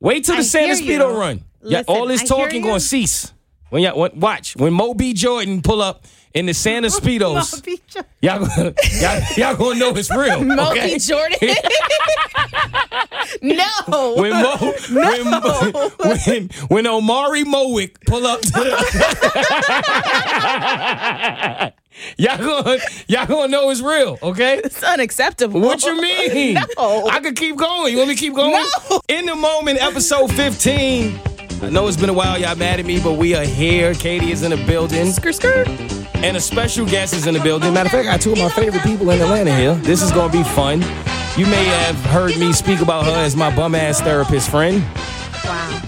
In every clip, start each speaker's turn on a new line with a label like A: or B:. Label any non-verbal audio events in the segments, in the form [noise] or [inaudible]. A: Wait till the
B: I
A: San
B: hear
A: Speedo
B: you.
A: run. yeah,
B: Listen,
A: all this
B: I hear
A: talking
B: you.
A: gonna cease. When y'all when, watch when Moby Jordan pull up in the
B: [laughs]
A: Santa Speedos,
B: Moby Jo-
A: y'all gonna, y'all, y'all gonna know it's
B: [laughs]
A: real.
B: Moby
A: [laughs] okay? [laughs]
B: Jordan. [laughs] no.
A: When Mo, when, Mo- when when Omari Mowick pull up to [laughs] the- y'all gonna y'all gonna know it's real. Okay.
B: it's unacceptable.
A: What
B: [laughs]
A: you mean?
B: No.
A: I could keep going. You want me to keep going?
B: No.
A: In the moment, episode 15. I know it's been a while, y'all mad at me, but we are here. Katie is in the building,
B: Skr, skr.
A: and a special guest is in the building. Matter of fact, I got two of my favorite people in Atlanta here. This is gonna be fun. You may have heard me speak about her as my bum ass therapist
B: [laughs]
A: friend.
B: Wow.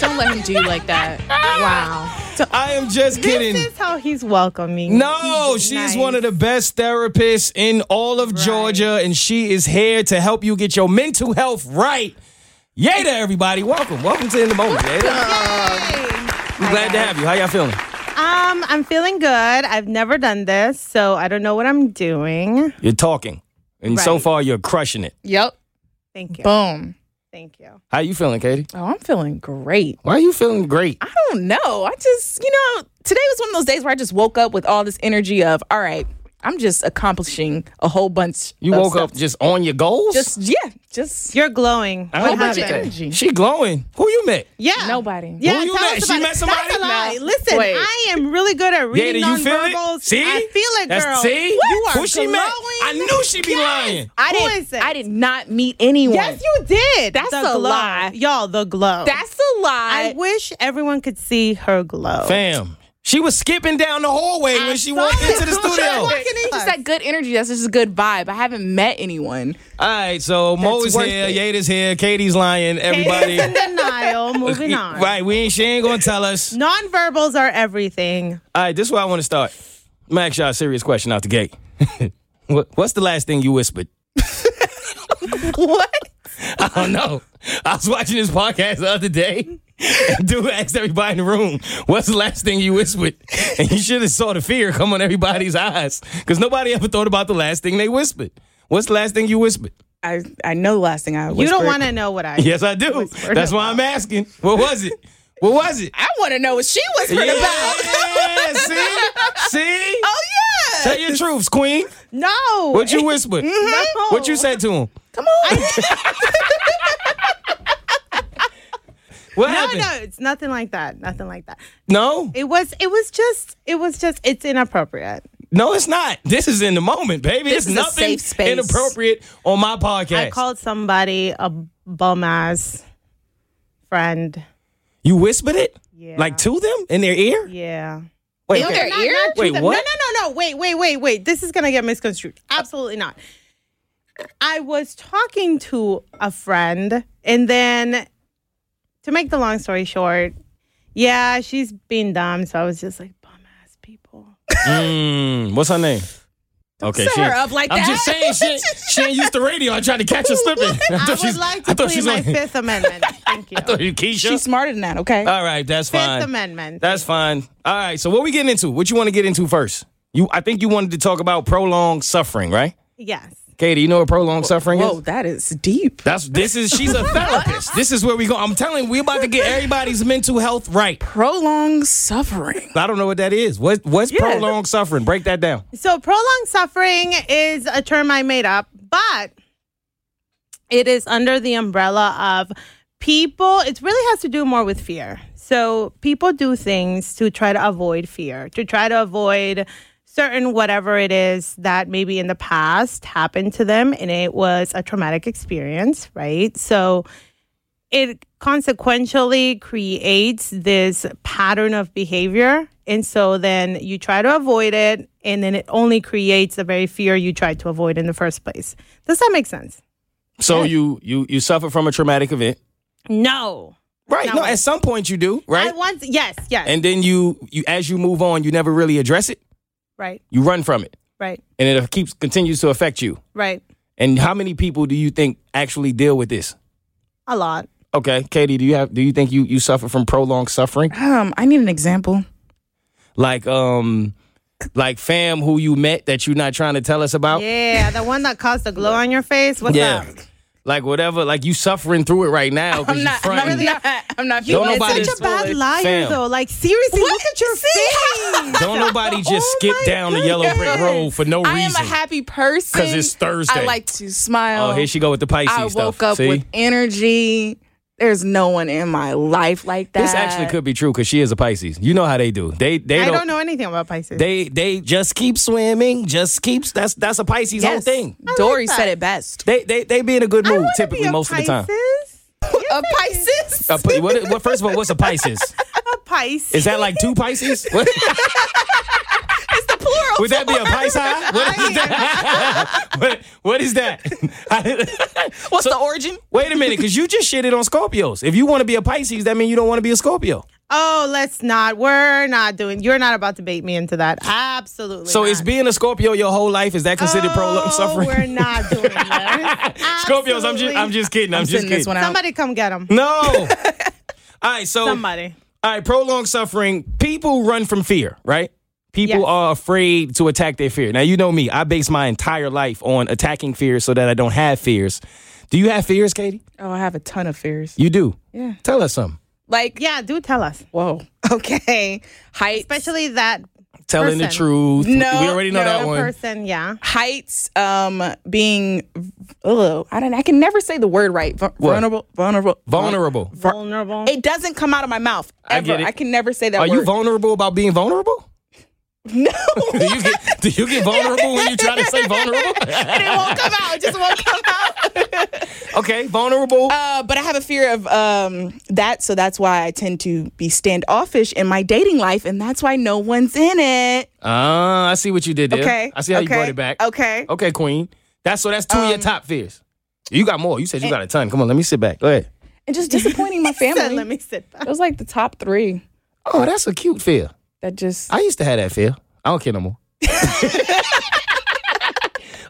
B: Don't let him do you like that. Wow.
A: I am just kidding.
B: This is how he's welcoming.
A: No, she is one of the best therapists in all of Georgia, and she is here to help you get your mental health right. Yay to everybody. Welcome. Welcome to In the Moment, Jada. I'm glad to have you. How y'all feeling?
B: Um, I'm feeling good. I've never done this, so I don't know what I'm doing.
A: You're talking. And so
B: Right.
A: far, you're crushing it.
C: Yep.
B: Thank you.
C: Boom.
B: Thank you.
A: How you feeling, Katie?
C: Oh, I'm feeling great.
A: Uh, Why are you feeling great?
C: I don't know. I just, you know, today was one of those days where I just woke up with all this energy of, all right, I'm just accomplishing a whole bunch.
A: You
C: of
A: woke
C: stuff.
A: up just on your goals?
C: Just yeah, just
B: You're glowing.
A: I don't get
B: What
C: about
B: happened?
C: you?
A: that.
C: energy.
A: She glowing. Who you met?
B: Yeah.
C: Nobody.
B: Yeah.
A: Who you
B: tell
A: met?
B: us
A: She
B: about
A: met
B: it.
A: somebody?
B: That's a lie.
C: No.
B: Listen,
C: Wait.
B: I am really good at
A: Yeah, do
B: reading
A: you feel
B: nonverbals.
A: it? See?
B: I feel it, girl.
A: That's, See?
B: You are
A: Who she
B: glowing.
A: met? I knew she be lying.
C: I
B: Who
C: didn't.
B: is it?
C: I did not meet anyone.
B: Yes, you did.
C: That's
B: The
C: a
B: glow.
C: lie.
B: y'all. The glow.
C: That's a
B: I
C: lie.
B: wish everyone could see her glow.
A: Fam. She was skipping down the hallway when she walked into
B: [laughs]
A: the studio.
B: walking in.
C: Just that good energy. That's just a good vibe. I haven't met anyone.
A: All right, so Mo
C: That's
A: is
C: worth
A: here,
C: it.
A: Yada's here, Katie's lying, everybody.
B: in
A: [laughs]
B: denial. Moving on.
A: Right, we ain't she ain't gonna tell us.
B: Nonverbals are everything.
A: All right, this is where I want to start. I'm gonna ask y'all a serious question out the gate. [laughs] what, what's the last thing you whispered?
C: [laughs] What?
A: I don't know. I was watching this podcast the other day. [laughs] And dude asked everybody in the room, "What's the last thing you whispered?" [laughs] And you should have saw the fear come on everybody's eyes because nobody ever thought about the last thing they whispered. What's the last thing you whispered?
C: I I know the last thing I.
B: You don't
C: whispered.
B: want to know what I.
A: Yes, I do.
B: Whispered
A: That's why I'm asking. What was it? What was it?
C: I want to know what she whispered about.
A: Yeah, see? See?
C: Oh yeah.
A: Tell your truths, queen.
B: No.
A: What
B: [laughs]
A: you whispered? What you said to him?
C: Come on. [laughs]
A: What
B: No,
A: happened?
B: no, it's nothing like that. Nothing like that.
A: No.
B: It was. It was just. It was just. It's inappropriate.
A: No, it's not. This is in the moment, baby.
C: This
A: it's
C: is a
A: nothing
C: safe space.
A: inappropriate on my
B: I
A: podcast.
B: called somebody a bum ass friend.
A: you whispered it?
B: Yeah.
A: Like to them in their ear?
B: Yeah.
A: Wait,
C: In
A: okay.
C: their
B: Not-
C: ear?
B: not to
A: Wait,
B: them.
A: what?
B: No, no, no, no. Wait, wait, wait, wait. This is gonna get misconstrued. Absolutely not. I was talking to a friend, and then to make the long story short, yeah, she's being dumb. So I was just like, bum ass people.
A: Mm, what's her name? Okay,
C: set
A: she-
C: her up like
A: I'm
C: that.
A: just saying, she, ain't- she ain't used to radio. I tried to
C: [laughs]
A: catch her slipping. I,
B: I
A: thought
B: would
A: she's-
B: like
A: I
B: to
A: thought
B: plead
A: she's
B: my
A: like, [laughs]
B: Fifth Amendment. Thank you.
A: I thought you Keisha.
C: She's smarter than that. Okay.
A: All right, that's fine.
B: Fifth Amendment.
A: That's fine. All right. So what we getting into? What you want to get into first? You, I think you wanted to talk about prolonged suffering, right?
B: yes.
A: Katie, you know what prolonged suffering
C: Whoa,
A: is?
C: that is deep.
A: That's this is she's a therapist. this is where we go. I'm telling you, we about to get everybody's mental health right.
C: Prolonged suffering.
A: I don't know what that is. What what's
C: Yeah.
A: prolonged suffering? Break that down.
B: So prolonged suffering is a term I made up, but it is under the umbrella of people. It really has to do more with fear. So people do things to try to avoid fear, to try to avoid certain whatever it is that maybe in the past happened to them and it was a traumatic experience, right? So it consequentially creates this pattern of behavior. And so then you try to avoid it, and then it only creates the very fear you tried to avoid in the first place. Does that make sense?
A: So you you you suffer from a traumatic event.
B: No.
A: Right.
B: Now
A: No,
B: what?
A: at some point you do,
B: I
A: right?
B: once, yes, yes.
A: And then you you as you move on, you never really address it.
B: right,
A: You run from it.
B: right,
A: And it keeps continues to affect you.
B: right.
A: And how many people do you think actually deal with this?
B: A lot.
A: Okay, Katie, do you have do you think you you suffer from prolonged suffering?
C: Um, I need an example.
A: Like um like fam who you met that you're not trying to tell us about?
B: Yeah, the one that caused the glow on your face. What's
A: Oh. Yeah.
B: up?
A: Like whatever, like you suffering through it right now because
C: I'm
A: you're
C: not, I'm
A: fronting.
C: not. I'm not.
A: Don't
C: feeling
A: nobody-
C: it.
B: Such a bad
C: It's-
B: liar,
A: Fam.
B: though. Like seriously, look at your
C: See?
B: face.
A: Don't nobody just
B: Oh
A: skip
B: my
A: down the yellow brick
B: goodness.
A: road for no
C: [laughs] I am
A: reason.
C: a happy person
A: 'Cause it's Thursday.
C: I like to smile.
A: oh, here she go with the Pisces
C: I
A: stuff.
C: woke up
A: See?
C: with energy. There's no one in my life like that.
A: this actually could be true because she is a Pisces. You know how they do. They they
B: I
A: don't,
B: don't know anything about Pisces.
A: they they just keep swimming. Just keeps. That's that's a Pisces whole
C: Yes.
A: thing.
C: Dory
B: that.
C: said it best.
A: They they they be in a good
B: I
A: mood
B: wanna
A: typically
B: be a
A: most of the time.
B: Pisces.
C: A Pisces.
A: A Pi- what, what, first of all, what's a Pisces?
B: A Pisces.
A: Is that like two Pisces? What-
C: It's the plural.
A: Would that be a Pisces? What is that? what, what is that?
C: What's the origin?
A: Wait a minute, because you just shitted on Scorpios. If you want to be a Pisces, that means you don't want to be a Scorpio.
B: Oh, let's not. We're not doing. You're not about to bait me into that. Absolutely.
A: So
B: not.
A: is being a Scorpio your whole life? Is that considered prolonged
B: Oh,
A: suffering?
B: We're not doing that.
A: [laughs] Scorpios, I'm just I'm just kidding. I'm, just
C: sending
A: kidding.
C: this one out.
B: Somebody come get him.
A: No. all right, so
B: Somebody.
A: all right, prolonged suffering. People run from fear, right? People
B: Yes.
A: are afraid to attack their fear. Now you know me. I base my entire life on attacking fears so that I don't have fears. Do you have fears, Katie?
C: Oh, I have a ton of fears.
A: You do.
C: Yeah.
A: Tell us something.
C: Like,
B: Yeah, do tell us. [laughs]
C: whoa. Okay. [laughs] Heights.
B: Especially that
A: Telling the
B: Person.
A: truth.
C: No,
A: we already know
C: no.
A: that
B: that
A: one.
B: person. Yeah.
C: heights um being oh I don't I can never say the word right Vu- vulnerable vulnerable
A: Vulnerable.
B: Vulnerable.
C: it doesn't come out of my mouth
A: I
C: ever
A: get it.
C: can never say that
A: Are
C: word
A: you vulnerable about being vulnerable?
C: [laughs] no
A: Do you
C: [laughs]
A: get do you get vulnerable when you try to say vulnerable?
C: it won't come out it just won't come out
A: okay, vulnerable.
C: uh, but I have a fear of um that so that's why I tend to be standoffish in my dating life and that's why no one's in it
A: Ah, I see what you did there.
C: okay
A: I see how
C: okay.
A: you brought it back.
C: okay Um,
A: Okay, Queen. That's so that's two of your top fears. You got more. You said
C: eh.
A: you got a ton. Come on, let me sit back. Go ahead.
C: and just disappointing my
B: He said, [laughs]
C: family
B: Let
C: [laughs]
B: me sit back.
C: it was like the top three
A: Oh, that's a cute fear.
C: that just
A: I used to have that fear. I don't care no
C: [laughs]
A: more.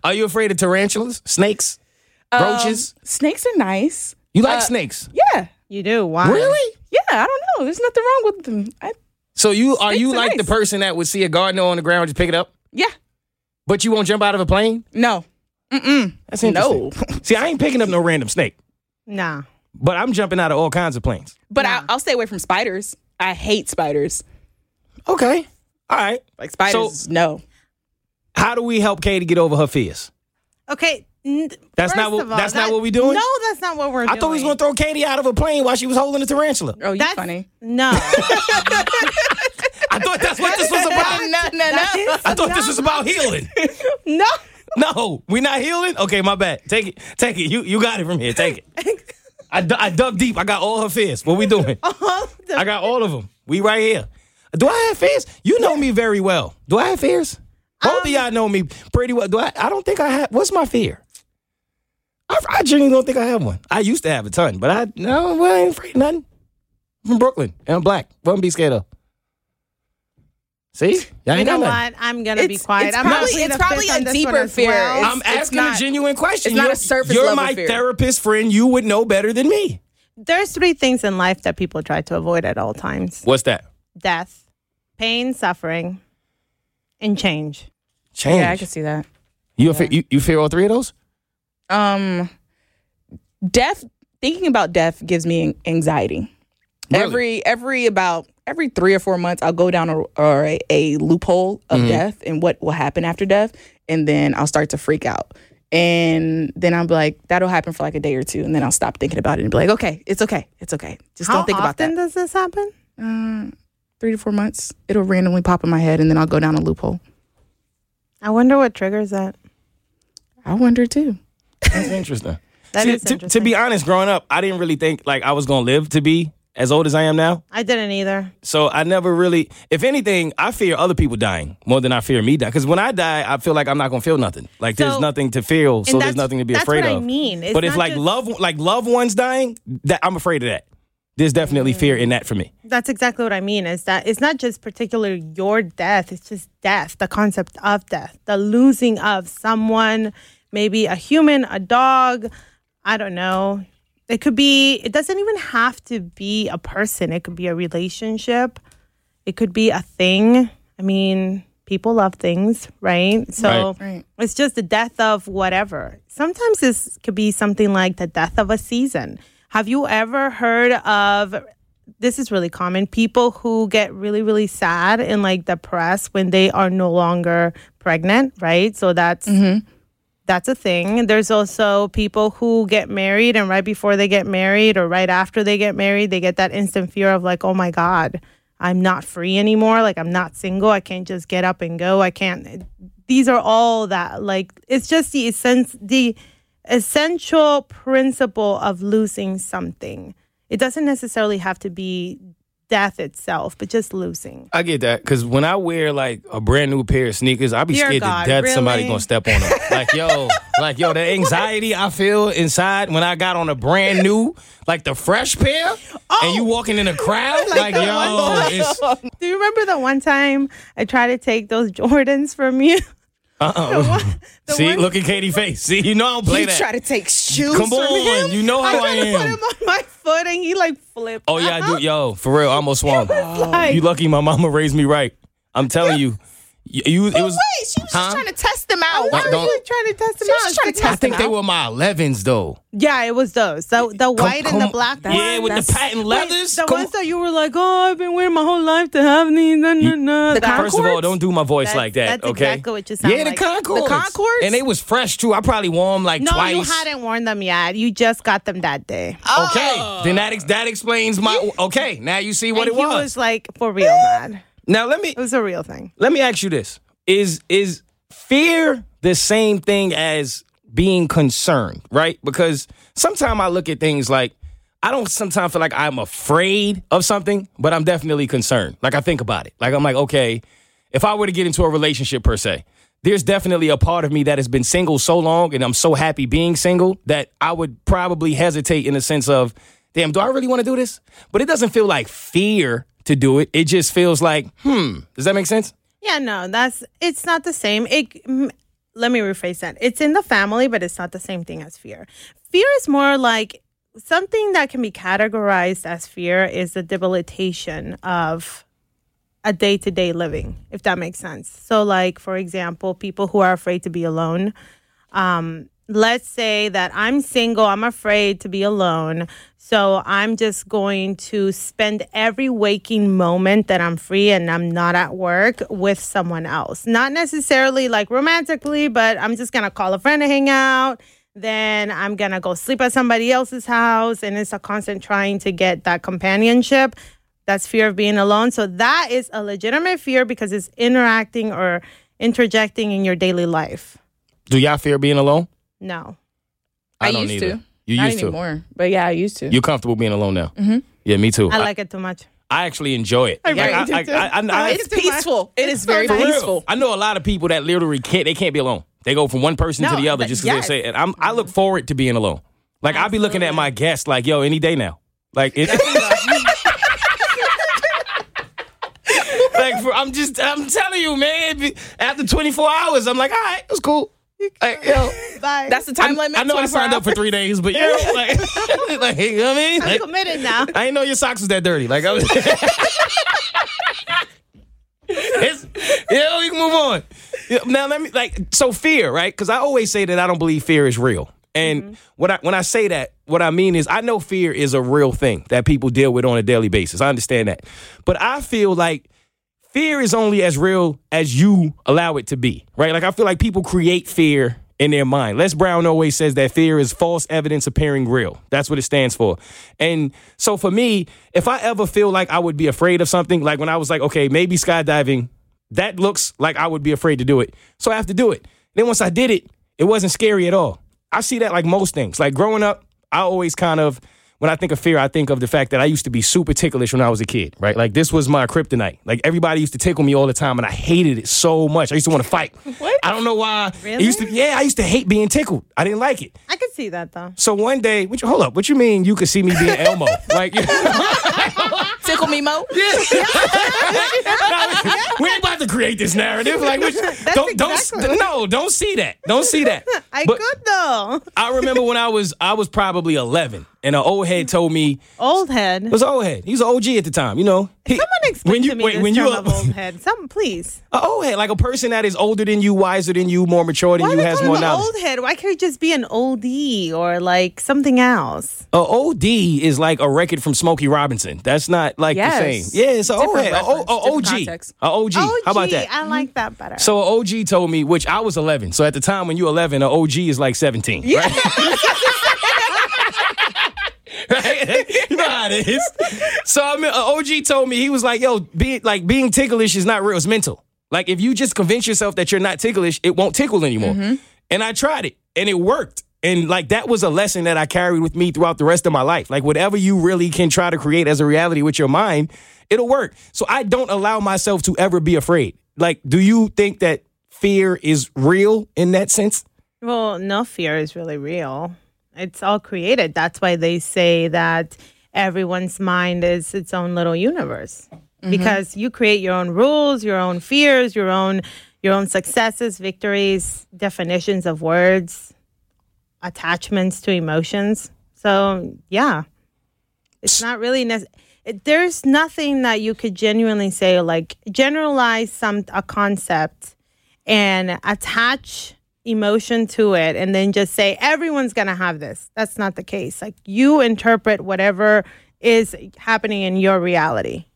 A: Are you afraid of tarantulas, snakes, roaches?
C: snakes are nice
A: You like snakes?
C: Um, uh, yeah
B: You do. Why?
A: Really?
C: Yeah, I don't know. There's nothing wrong with them. I,
A: So you are you
C: are
A: like the
C: nice.
A: person that would see a gardener on the ground and just pick it up,
C: yeah,
A: but you won't jump out of a plane?
C: no. Mm-mm. That's
A: interesting. See, I ain't picking up no random snake,
B: Nah.
A: but I'm jumping out of all kinds of planes.
C: But I, I'll stay away from spiders. I hate spiders.
A: Okay. All right.
C: Like spiders, no.
A: How do we help Katie get over her fears?
B: Okay. n-
A: That's not
B: first
A: what-
B: of all,
A: that's not
B: that-
A: what we doing?
B: No, that's not what we're
A: I
B: doing.
A: thought we was gonna throw Katie out of a plane while she was holding a tarantula.
C: Oh, you
B: That's
C: funny.
A: [laughs]
B: No. [laughs]
A: I thought that's what this was about.
C: [laughs] no, no, no.
A: I thought this was about
C: [laughs]
A: healing.
B: no.
A: No, we not healing. Okay, my bad. Take it, take it. You you got it from here. Take it. I, du- I dug deep. I got all her fears. What we doing?
C: Oh,
A: I got all of them. We right here. Do I have fears? You know me very well. Do I have fears? Both
C: Um,
A: of y'all know me pretty well. Do I? I don't think I have. What's my fear? I, I genuinely don't think I have one. I used to have a ton, but I no, well, I ain't afraid of nothing. I'm from Brooklyn and I'm black. Wouldn't be scared of. See, y'all ain't
B: You know
A: got nothing.
B: what? I'm gonna be
C: It's-
B: quiet.
C: it's
B: I'm
C: probably-
B: probably
C: it's
B: the
C: probably
B: fifth on
C: a
B: this
C: deeper
B: one as
C: fear.
B: well.
C: It's-
A: I'm asking
C: not-
A: a genuine question.
C: it's not
A: you're,
C: a surface
A: You're
C: level
A: my
C: fear.
A: therapist friend. You would know better than me.
B: There's three things in life that people try to avoid at all times:
A: What's that?
B: death, pain, suffering, and change.
A: Change.
C: Yeah, I can see that.
A: you, fear, you you fear all three of those?
C: Um, death. Thinking about death gives me anxiety.
A: Really?
C: Every every about every three or four months, I'll go down a or a, a loophole of
A: Mm-hmm.
C: death and what will happen after death, and then I'll start to freak out. And then I'm like, that'll happen for like a day or two, and then I'll stop thinking about it and be like, okay, it's okay, it's okay. Just
B: How
C: don't think about
B: often
C: that.
B: does this happen?
C: Three to four months, it'll randomly pop in my head, and then I'll go down a loophole.
B: I wonder what triggers that.
C: I wonder too.
A: That's [laughs] interesting.
B: That
A: See,
B: is
A: to, to
B: interesting.
A: be honest, growing up, I didn't really think like I was gonna live to be as old as I am now.
B: I didn't either.
A: So I never really, if anything, I fear other people dying more than I fear me dying. Because when I die, I feel like I'm not gonna feel nothing. Like there's
B: So-
A: nothing to feel, so there's
B: and that's-
A: nothing to be
B: that's
A: afraid
B: what I
A: of.
B: mean. It's
A: but if
B: not
A: like
B: just-
A: loved like loved ones dying, that I'm afraid of that. There's definitely fear in that for me.
B: That's exactly what I mean. Is that it's not just particular your death. It's just death, the concept of death, the losing of someone, maybe a human, a dog. I don't know. It could be. It doesn't even have to be a person. It could be a relationship. It could be a thing. I mean, people love things, right? So
A: Right.
C: Right.
B: it's just the death of whatever. Sometimes this could be something like the death of a season. Have you ever heard of this is really common people who get really really sad and like depressed when they are no longer pregnant, right? So that's that's a thing. There's also people who get married and right before they get married or right after they get married, they get that instant fear of like, oh my God, I'm not free anymore. Like I'm not single. I can't just get up and go. I can't. These are all that like it's just the essence the essential principle of losing something. It doesn't necessarily have to be death itself, but just losing.
A: I get that because when I wear like a brand new pair of sneakers, I be
B: Dear
A: scared
B: God,
A: to death somebody
B: really?
A: gonna step on them. like yo, like yo, the anxiety I feel inside when I got on a brand new, like the fresh pair, and you walking in a crowd, like,
B: Oh. [laughs] the
A: yo,
B: one-
A: it's
B: Do you remember the one time I tried to take those [laughs] Jordans from you?
A: uh-uh.
B: the
A: See,
B: one-
A: look at Katie face. See, you know I don't play
C: You
A: that.
C: try to take shoes
A: Come
C: from
A: on,
C: him?
A: you know
B: I
A: how I,
B: tried to put
A: am.
B: him on my foot and he like flipped.
A: Oh yeah,
B: [laughs]
A: I do. Yo, for real, I almost swung. Oh.
B: Like,
A: You lucky my mama raised me right. I'm telling you, you, you it was.
C: Wait, she was
A: Huh?
C: just trying to test them out.
B: why
A: Don't-
B: are
A: don't-
B: you trying to test him
C: She was
B: out?
C: trying to
B: It's
A: I
B: like-
C: test
A: think they were my 11s though.
B: yeah, it was those. The, the white and the
A: come-
B: black.
A: Yeah,
B: one.
A: with the
B: That's-
A: patent
B: Wait,
A: leathers.
B: The
A: Come
B: ones that you were like, oh, I've been wearing my whole life to have these. Nah, nah, nah.
C: The
B: That-
C: Concord?
A: First of all, don't do my voice
B: That's-
A: like that.
B: that's
A: okay.
B: exactly what you sound
A: Yeah, the
B: like. The
A: Concords.
B: Concords?
A: And they was fresh too. I probably wore them like
B: No,
A: twice.
B: you hadn't worn them yet. You just got them that day.
A: Okay. Then that ex- that explains my. Okay. Now you see what
B: Oh.
A: it
B: and he
A: was.
B: was like, for real, man.
A: Now let me
B: It was a real thing.
A: let me ask you this: Is is fear the same thing as being concerned? Right? Because sometimes I look at things like. I don't sometimes feel like I'm afraid of something, but I'm definitely concerned. Like I think about it. Like I'm like, okay, if I were to get into a relationship per se, there's definitely a part of me that has been single so long and I'm so happy being single that I would probably hesitate in the sense of, damn, do I really want to do this? But it doesn't feel like fear to do it. It just feels like, hmm, does that make sense?
B: Yeah, no, that's it's not the same. It mm, let me rephrase that. It's in the family, but it's not the same thing as fear. Fear is more like something that can be categorized as fear is the debilitation of a day-to-day living, if that makes sense. So like for example, people who are afraid to be alone, let's say that I'm single, I'm afraid to be alone. So I'm just going to spend every waking moment that I'm free and I'm not at work with someone else. Not necessarily like romantically, but I'm just going to call a friend to hang out. Then I'm going to go sleep at somebody else's house. And it's a constant trying to get that companionship. That's fear of being alone. So that is a legitimate fear because it's interacting or interjecting in your daily life.
A: Do y'all fear being alone?
B: No.
C: I used to.
A: You
C: Not
A: used to.
C: anymore. But yeah, I used to.
A: You're comfortable being alone now. Mm-hmm. Yeah, me too.
B: I
A: I,
B: like it too much.
A: I actually enjoy it.
B: really
A: Like,
B: do
A: I,
B: too.
A: I, I, I, I,
C: it's peaceful. Oh, It is
B: so
C: very
B: nice.
C: peaceful.
A: I know a lot of people that literally can't. They can't be alone. They go from one person
B: No,
A: to the other
B: but
A: just because
B: yes.
A: they say it. I'm, I look forward to being alone. Like I'll be looking at my guests like, yo, any day now. Like, it, [laughs] like for, I'm just, I'm telling you, man. it be- After 24 hours, I'm like, all right, it's cool. Like,
B: [laughs]
A: yo,
B: Bye.
C: That's the time limit.
A: I know I
C: 24
A: signed up for
C: hours.
A: three days, but yeah, like,
C: [laughs]
A: like, [laughs] you know what I mean?
B: I'm
A: Like,
B: committed now.
A: I didn't know your socks was that dirty. Like I was. [laughs] It's- yeah, we can move on. Yeah, Now let me like so fear, right? Because I always say that I don't believe fear is real. And
C: Mm-hmm.
A: what I when I say that, what I mean is I know fear is a real thing that people deal with on a daily basis. I understand that, but I feel like fear is only as real as you allow it to be, right? Like I feel like people create fear in their mind. Les Brown always says that fear is false evidence appearing real. That's what it stands for. And so for me, if I ever feel like I would be afraid of something, like when I was like, okay, maybe skydiving, that looks like I would be afraid to do it. So I have to do it. Then once I did it, it wasn't scary at all. I see that like most things. Like growing up, I always kind of when I think of fear, I think of the fact that I used to be super ticklish when I was a kid, right? Like this was my kryptonite. Like everybody used to tickle me all the time, and I hated it so much. I used to want to fight.
C: What?
A: I don't know why. It
B: Really?
A: used to, yeah, I used to hate being tickled. I didn't like it.
B: I could see that though.
A: So one day, what you, hold up, what you mean you could see me being Elmo? like, you know,
C: Tickle
A: [laughs]
C: me, Mo.
A: we ain't about to create this narrative. Like,
B: [laughs]
A: we, don't,
B: exactly
A: don't, no, don't see that. Don't see that.
B: [laughs] I
A: But
B: could though.
A: I remember when I was, I was probably 11, and an old head told me,
B: Old head.
A: it was an old head. He was an OG at the time, you know. He,
B: Someone explain
A: when you,
B: to me
A: wait,
B: this
A: when
B: term
A: you,
B: of old head. Some please.
A: An old head, like a person that is older than you, wiser than you, more mature than
B: Why
A: you,
B: do they
A: has
B: call
A: more
B: him an
A: knowledge.
B: old head? Why can't it just be an oldie or like something else?
A: A OD is like a record from Smokey Robinson. That's not like
C: Yes.
A: the same. Yeah, it's an old head.
C: Different
A: A O- a
C: reference, different
A: OG.
C: context.
A: A OG.
B: OG.
A: How about that?
B: Oh, I like that better.
A: So an OG told me, which I was 11. So at the time when you 11, an OG is like 17. Yeah. [laughs] you know how it is. So I mean, an OG told me he was like, "Yo, be, like being ticklish is not real. It's mental. Like if you just convince yourself that you're not ticklish, it won't tickle anymore." And I tried it, and it worked. And like that was a lesson that I carried with me throughout the rest of my life. Like whatever you really can try to create as a reality with your mind, it'll work. So I don't allow myself to ever be afraid. Like, do you think that fear is real in that sense?
B: Well, no fear is really real. It's all created. That's why they say that everyone's mind is its own little universe. Because you create your own rules, your own fears, your own your own successes, victories, definitions of words, attachments to emotions. So, yeah. It's not really nec- it- there's nothing that you could genuinely say like generalize some a concept and attach emotion to it and then just say everyone's going to have this that's not the case like you interpret whatever is happening in your reality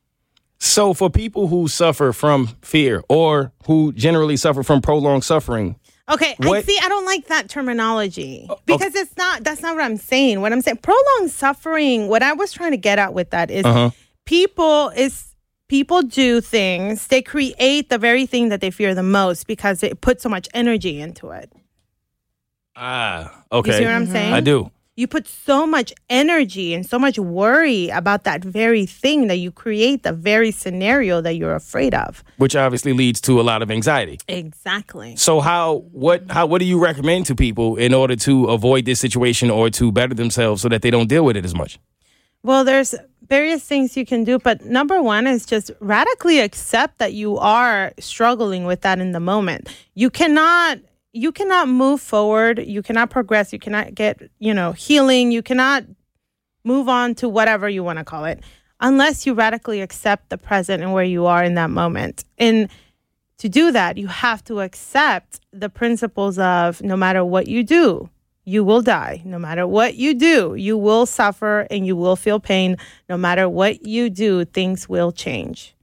A: So, for people who suffer from fear or who generally suffer from prolonged suffering,
B: okay i
A: What- Oh,
B: see i don't like that terminology because it's not that's not what i'm saying what i'm saying prolonged suffering what i was trying to get at with that is
A: Uh-huh.
B: people is people do things they create the very thing that they fear the most because they put so much energy into it
A: ah,
B: you
A: okay,
B: see what i'm saying
A: I do.
B: you put so much energy and so much worry about that very thing that you create the very scenario that you're afraid of.
A: Which obviously leads to a lot of anxiety.
B: Exactly.
A: So, how, what, how, what do you recommend to people in order to avoid this situation or to better themselves so that they don't deal with it as much?
B: Well, there's various things you can do, but number one is just radically accept that you are struggling with that in the moment. You cannot you cannot move forward, you cannot progress, you cannot get, you know, healing, you cannot move on to whatever you want to call it unless you radically accept the present and where you are in that moment. And to do that, you have to accept the principles of no matter what you do, you will die. No matter what you do, you will suffer and you will feel pain. No matter what you do, things will change.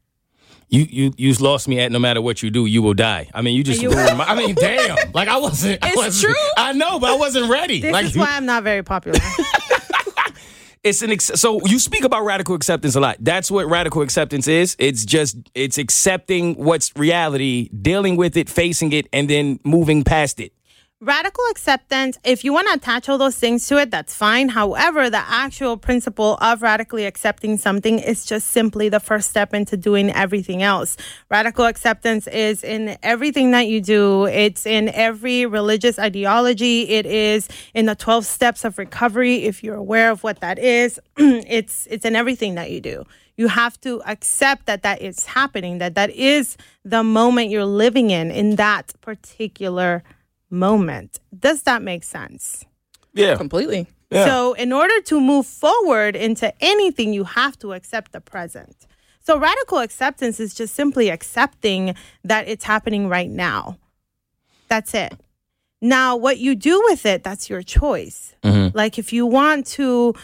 A: You, you, you lost me at no matter what you do, you will die. I mean, you just,
B: You-
A: ruined my, I
B: [laughs]
A: mean, damn, like I wasn't. I
C: It's
A: wasn't-
C: true.
A: I know, but I wasn't ready.
B: This
A: like,
B: is why I'm not very popular.
A: it's an ex- so you speak about radical acceptance a lot. That's what radical acceptance is. It's just it's accepting what's reality, dealing with it, facing it, and then moving past it.
B: Radical acceptance, if you want to attach all those things to it, that's fine. However, the actual principle of radically accepting something is just simply the first step into doing everything else. Radical acceptance is in everything that you do, it's in every religious ideology, it is in the 12 steps of recovery, if you're aware of what that is. [clears throat] it's, it's in everything that you do. You have to accept that that is happening, that that is the moment you're living in, in that particular moment. Does that make sense?
A: Yeah,
C: Completely.
A: Yeah.
B: So, in order to move forward into anything, you have to accept the present. So, radical acceptance is just simply accepting that it's happening right now. That's it. Now, what you do with it, that's your choice.
A: Mm-hmm.
B: Like, if you want to,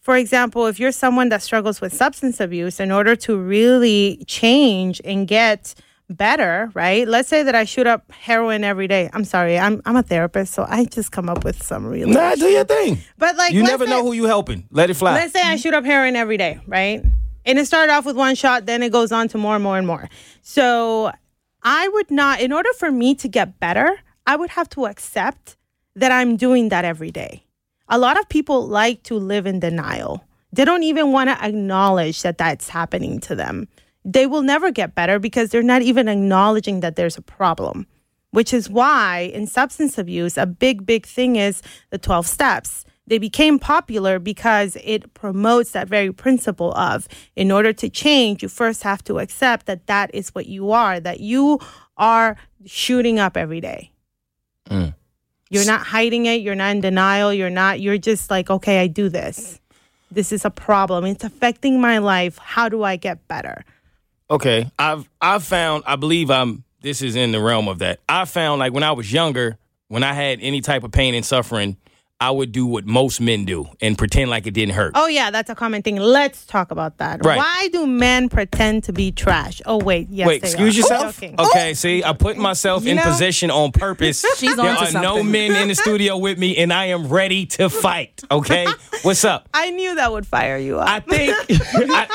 B: for example, if you're someone that struggles with substance abuse, in order to really change and get better, right? Let's say that I shoot up heroin every day. I'm sorry, I'm, I'm a therapist, so I just come up with some really.
A: nah, do your thing.
B: But like,
A: You
B: let's
A: never
B: say-
A: know who you helping. Let it fly.
B: Let's say I shoot up heroin every day, right? And it started off with one shot, then it goes on to more and more and more. So I would not, in order for me to get better, I would have to accept that I'm doing that every day. A lot of people like to live in denial. They don't even want to acknowledge that that's happening to them. They will never get better because they're not even acknowledging that there's a problem which is why in substance abuse, a big, big thing is the 12 steps. They became popular because it promotes that very principle of in order to change, you first have to accept that that is what you are, that you are shooting up every day.
A: Mm.
B: You're not hiding it, you're not in denial, you're not, you're just like, okay, I do this. This is a problem. It's affecting my life. How do I get better?
A: Okay, I've I've found I believe I'm this is in the realm of that. I found like when I was younger, when I had any type of pain and suffering, I would do what most men do and pretend like it didn't hurt.
B: Oh yeah, that's a common thing. Let's talk about that.
A: Right.
B: Why do men pretend to be trash? Oh wait, yes.
A: Wait,
B: they
A: excuse
B: are.
A: yourself.
B: Joking. Oh,
A: Okay, see, I put myself in
C: know-
A: position on purpose.
C: [laughs] She's
A: there
C: onto
A: are no
C: something.
A: men in the studio with me, and I am ready to fight.
C: [laughs]
A: Okay, what's up?
B: I knew that would fire you up.
A: I think. [laughs] I,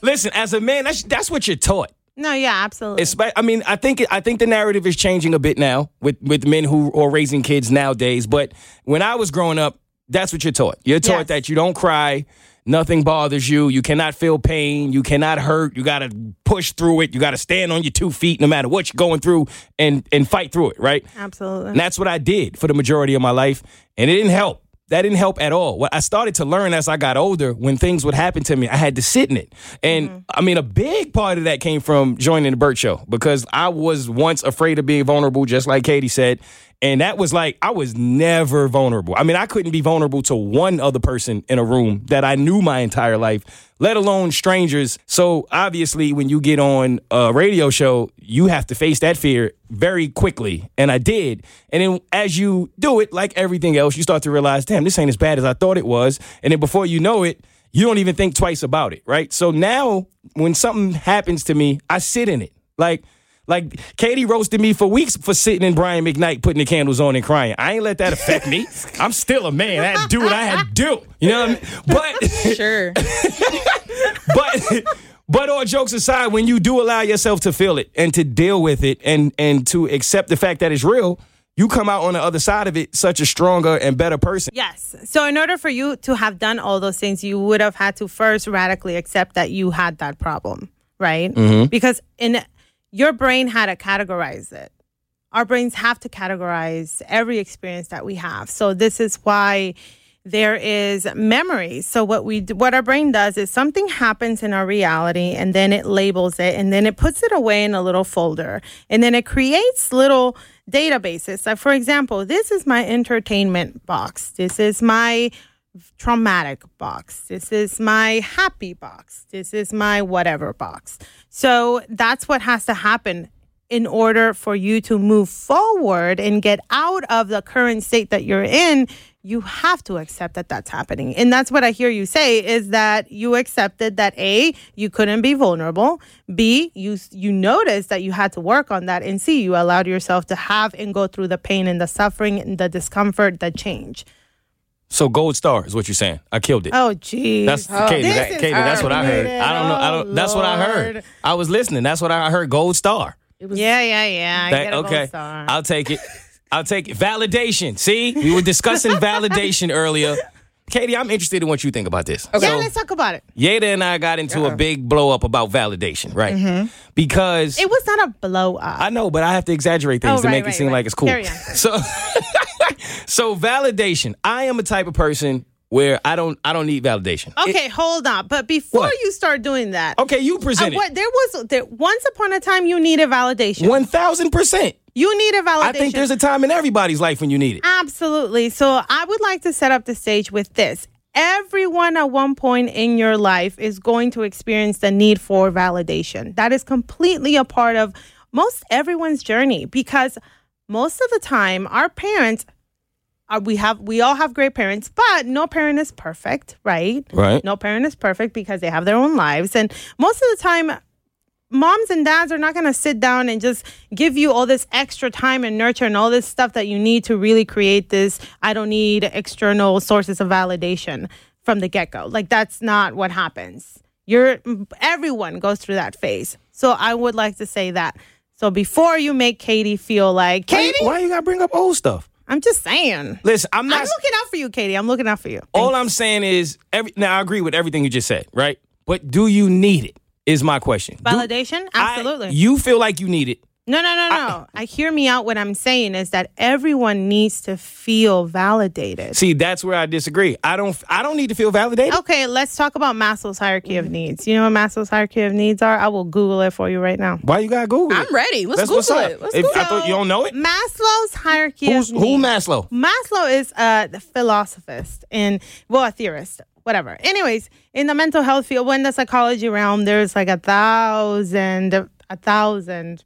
A: listen, as a man, that's that's what you're taught.
B: no, yeah, absolutely.
A: Espe- I mean, I think I think the narrative is changing a bit now with with men who are raising kids nowadays. But when I was growing up, that's what you're taught. You're taught
B: Yes.
A: that you don't cry, nothing bothers you, you cannot feel pain, you cannot hurt, you got to push through it, you got to stand on your two feet no matter what you're going through and and fight through it, right?
B: absolutely.
A: And that's what I did for the majority of my life. And it didn't help. That didn't help at all. What I started to learn as I got older, when things would happen to me, I had to sit in it. And I mean, a big part of that came from joining the Burt Show because I was once afraid of being vulnerable, just like Katie said. And that was like, I was never vulnerable. I mean, I couldn't be vulnerable to one other person in a room that I knew my entire life, let alone strangers. So obviously, when you get on a radio show, you have to face that fear very quickly. And I did. And then as you do it, like everything else, you start to realize, damn, this ain't as bad as I thought it was. And then before you know it, you don't even think twice about it, right? So now when something happens to me, I sit in it. Like, like Katie roasted me for weeks for sitting in Brian McKnight putting the candles on and crying. I ain't let that affect me. I'm still a man. I had to do what I had to do. You know what I mean? But
C: Sure.
A: but [laughs] but all jokes aside, when you do allow yourself to feel it and to deal with it and and to accept the fact that it's real, you come out on the other side of it such a stronger and better person.
B: Yes. So, in order for you to have done all those things, you would have had to first radically accept that you had that problem, right?
A: Mm-hmm.
B: Because in your brain had to categorize it. Our brains have to categorize every experience that we have. So, this is why there is memory. So, what we d- what our brain does is something happens in our reality, and then it labels it, and then it puts it away in a little folder, and then it creates little databases. So, for example, this is my entertainment box. This is my traumatic box. This is my happy box. This is my whatever box. So that's what has to happen in order for you to move forward and get out of the current state that you're in. You have to accept that that's happening. And that's what I hear you say is that you accepted that A, you couldn't be vulnerable. B, you you noticed that you had to work on that and C, you allowed yourself to have and go through the pain and the suffering and the discomfort, the change.
A: So gold star is what you're saying. I killed it.
B: Oh geez.
A: That's Katie.
B: this
A: that-
B: is
A: Katie, that's what I heard.
B: outdated.
A: I don't know. I don't.
B: Oh,
A: that's what I heard.
B: Lord.
A: I was listening. That's what I I heard. Gold star.
B: Yeah, yeah, yeah. I
A: That-
B: get a gold
A: okay,
B: star.
A: I'll take it. I'll take it. Validation. See, we were
B: [laughs]
A: discussing validation earlier. Katie, I'm interested in what you think about this.
B: yeah,
A: So-
B: let's talk about it.
A: Yada and I got into a big blow up about validation, right? Because
B: Mm-hmm. It was not a blow up.
A: I know, but I have to exaggerate things
B: Oh,
A: to
B: right,
A: make it
B: right,
A: seem
B: right.
A: like it's cool.
B: Carry on.
A: [laughs] So, so validation. I am a type of person where I don't I don't need validation.
B: okay, hold on. But before
A: What?
B: you start doing that,
A: Okay, you
B: uh,
A: present it.
B: what there was there, once upon a time you needed validation.
A: One thousand percent.
B: you need a validation.
A: I think there's a time in everybody's life when you need it.
B: Absolutely. So I would like to set up the stage with this. Everyone at one point in your life is going to experience the need for validation. That is completely a part of most everyone's journey because most of the time our parents are we have we all have great parents, but no parent is perfect, right?
A: Right.
B: No parent is perfect because they have their own lives and most of the time moms and dads are not going to sit down and just give you all this extra time and nurture and all this stuff that you need to really create this i don't need external sources of validation from the get-go like that's not what happens you're everyone goes through that phase so i would like to say that so before you make katie feel like
A: Why,
B: katie
A: why you gotta bring up old stuff?
B: i'm just saying
A: Listen, I'm not.
B: i'm looking out for you katie i'm looking out for you
A: All I'm saying is, every, now I agree with everything you just said, right? But do you need it? Is my question. Do-
B: validation
A: I-
B: absolutely
A: you feel like you need it.
B: No, no, no, no. I, hear me out. What I'm saying is that everyone needs to feel validated.
A: See, that's where I disagree. I don't. I don't need to feel validated.
C: Oh.
B: Okay, let's talk about Maslow's hierarchy of needs. You know what Maslow's hierarchy of needs are? I will Google it for you right now.
A: Why you gotta Google it?
C: I'm ready. Let's
A: That's what's
C: Google
A: up.
C: it. Let's
A: If-
C: Google Mm-hmm.
A: I thought you don't know it.
B: Maslow's hierarchy
A: Who's
B: of
A: who?
B: needs.
A: Maslow.
B: Maslow is a philosophist and well, a theorist, whatever. Anyways, in the mental health field, when the psychology realm, there's like a thousand, a thousand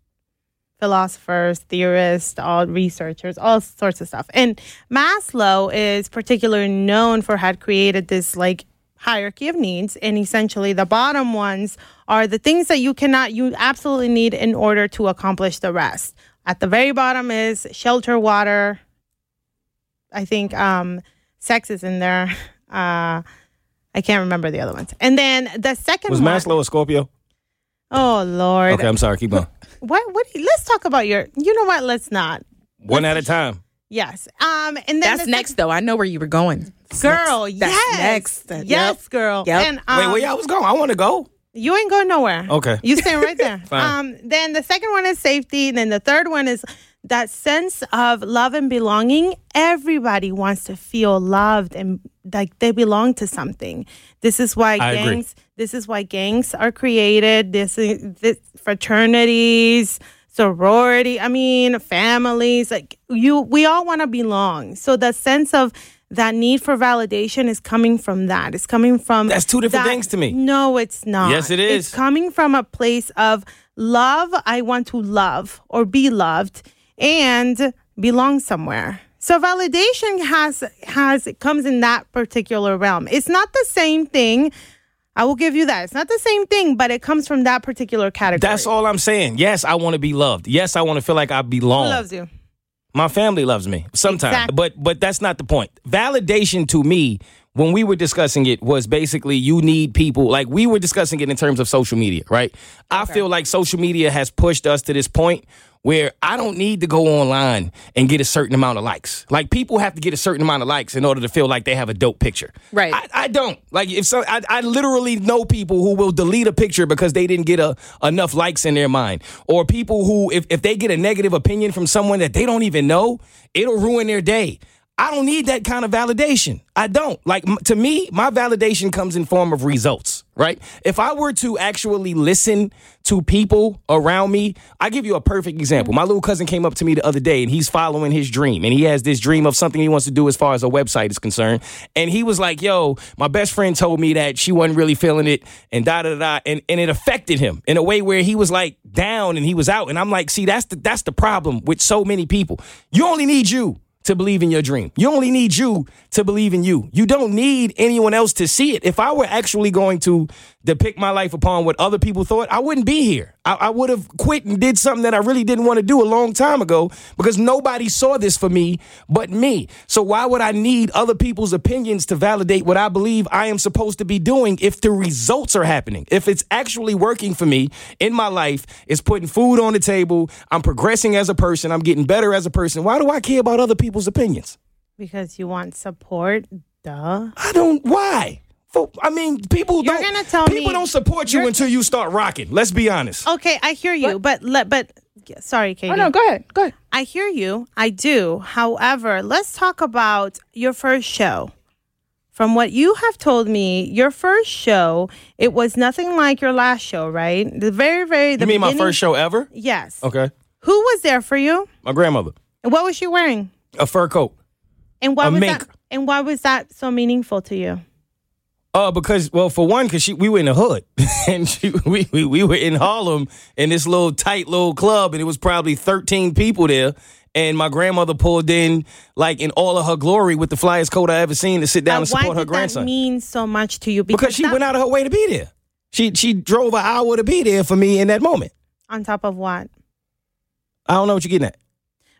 B: philosophers, theorists, all researchers, all sorts of stuff. And Maslow is particularly known for had created this like hierarchy of needs and essentially the bottom ones are the things that you cannot you absolutely need in order to accomplish the rest. At the very bottom is shelter, water, I think um, sex is in there. [laughs] Uh, I can't remember the other ones. And then the second
A: Was
B: one
A: Maslow a Scorpio?
B: Oh Lord.
A: Okay, I'm sorry. Keep going.
C: Mm-hmm.
B: What what let's talk about your you know what? Let's not.
A: One at a time.
B: Yes. Um and then
C: That's
B: the
C: next, though. I know where you were going. That's
B: girl,
C: next.
B: yes.
C: That's next.
B: Yes, girl.
C: Yep.
B: And um,
A: Wait, where y'all was going? I want to go.
B: you ain't going nowhere.
A: Okay.
B: You stand right there.
A: [laughs] Fine.
B: Um then the second one is safety, and then the third one is that sense of love and belonging. Everybody wants to feel loved and like they belong to something. This is why
A: I agree.
B: gangs this is why gangs are created. This is this fraternities sorority i mean families like you we all want to belong so the sense of that need for validation is coming from that it's coming from
A: That's two different
B: that-
A: things to me.
B: no, it's not.
A: Yes, it is.
B: It's coming from a place of love. I want to love or be loved and belong somewhere. So validation has has comes in that particular realm. It's not the same thing. I will give you that. It's not the same thing, but it comes from that particular category.
A: That's all I'm saying. Yes, I want to be loved. Yes, I want to feel like I belong.
B: Who loves you?
A: My family loves me sometimes,
B: Exactly.
A: but but that's not the point. Validation to me, when we were discussing it, was basically you need people. Like we were discussing it in terms of social media, right? I feel like social media has pushed us to this point where I don't need to go online and get a certain amount of likes. Like people have to get a certain amount of likes in order to feel like they have a dope picture.
C: Right.
A: I, I don't like if so. I, I literally know people who will delete a picture because they didn't get a, enough likes in their mind, or people who if if they get a negative opinion from someone that they don't even know, it'll ruin their day. I don't need that kind of validation. I don't like m- to me. My validation comes in form of results, right? If I were to actually listen to people around me, I give you a perfect example. My little cousin came up to me the other day, and he's following his dream, and he has this dream of something he wants to do as far as a website is concerned. And he was like, "Yo, my best friend told me that she wasn't really feeling it, and da da da," and and it affected him in a way where he was like down and he was out. And I'm like, "See, that's the that's the problem with so many people. You only need you." to believe in your dream. You only need you to believe in you. You don't need anyone else to see it. If I were actually going to depict my life upon what other people thought, I wouldn't be here. I, I would have quit and did something that I really didn't want to do a long time ago because nobody saw this for me but me. So why would I need other people's opinions to validate what I believe I am supposed to be doing if the results are happening? If it's actually working for me in my life, it's putting food on the table, I'm progressing as a person, I'm getting better as a person. Why do I care about other people's opinions?
B: Because you want support. Duh.
A: I don't. Why? For- I mean, people
B: You're
A: don't.
B: gonna tell
A: people
B: me
A: don't support you
B: you're- Oh,
A: until you start rocking. Let's be honest.
B: Okay, I hear you, but let but sorry, Katie.
C: Oh, no. Go ahead. Go ahead.
B: I hear you. I do. However, let's talk about your first show. From what you have told me, your first show, it was nothing like your last show, right? The very, very. The
A: you mean my
B: beginning-
A: first show ever?
B: Yes.
A: Okay.
B: Who was there for you?
A: My grandmother,
B: And what was she wearing?
A: a fur coat.
B: And why
A: A
B: was
A: mink.
B: that? And why was that so meaningful to you?
A: Uh, because well, for one, because she we were in the hood, [laughs] and she, we, we we were in Harlem in this little tight little club, and it was probably thirteen people there. And my grandmother pulled in like in all of her glory with the flyest coat I ever seen to sit down
B: Like,
A: and
B: why
A: support
B: did
A: her grandson
B: that mean so much to you?
A: because she
B: that-
A: went out of her way to be there. She she drove an hour to be there for me in that moment.
B: on top of what?
A: I don't know what you're getting at.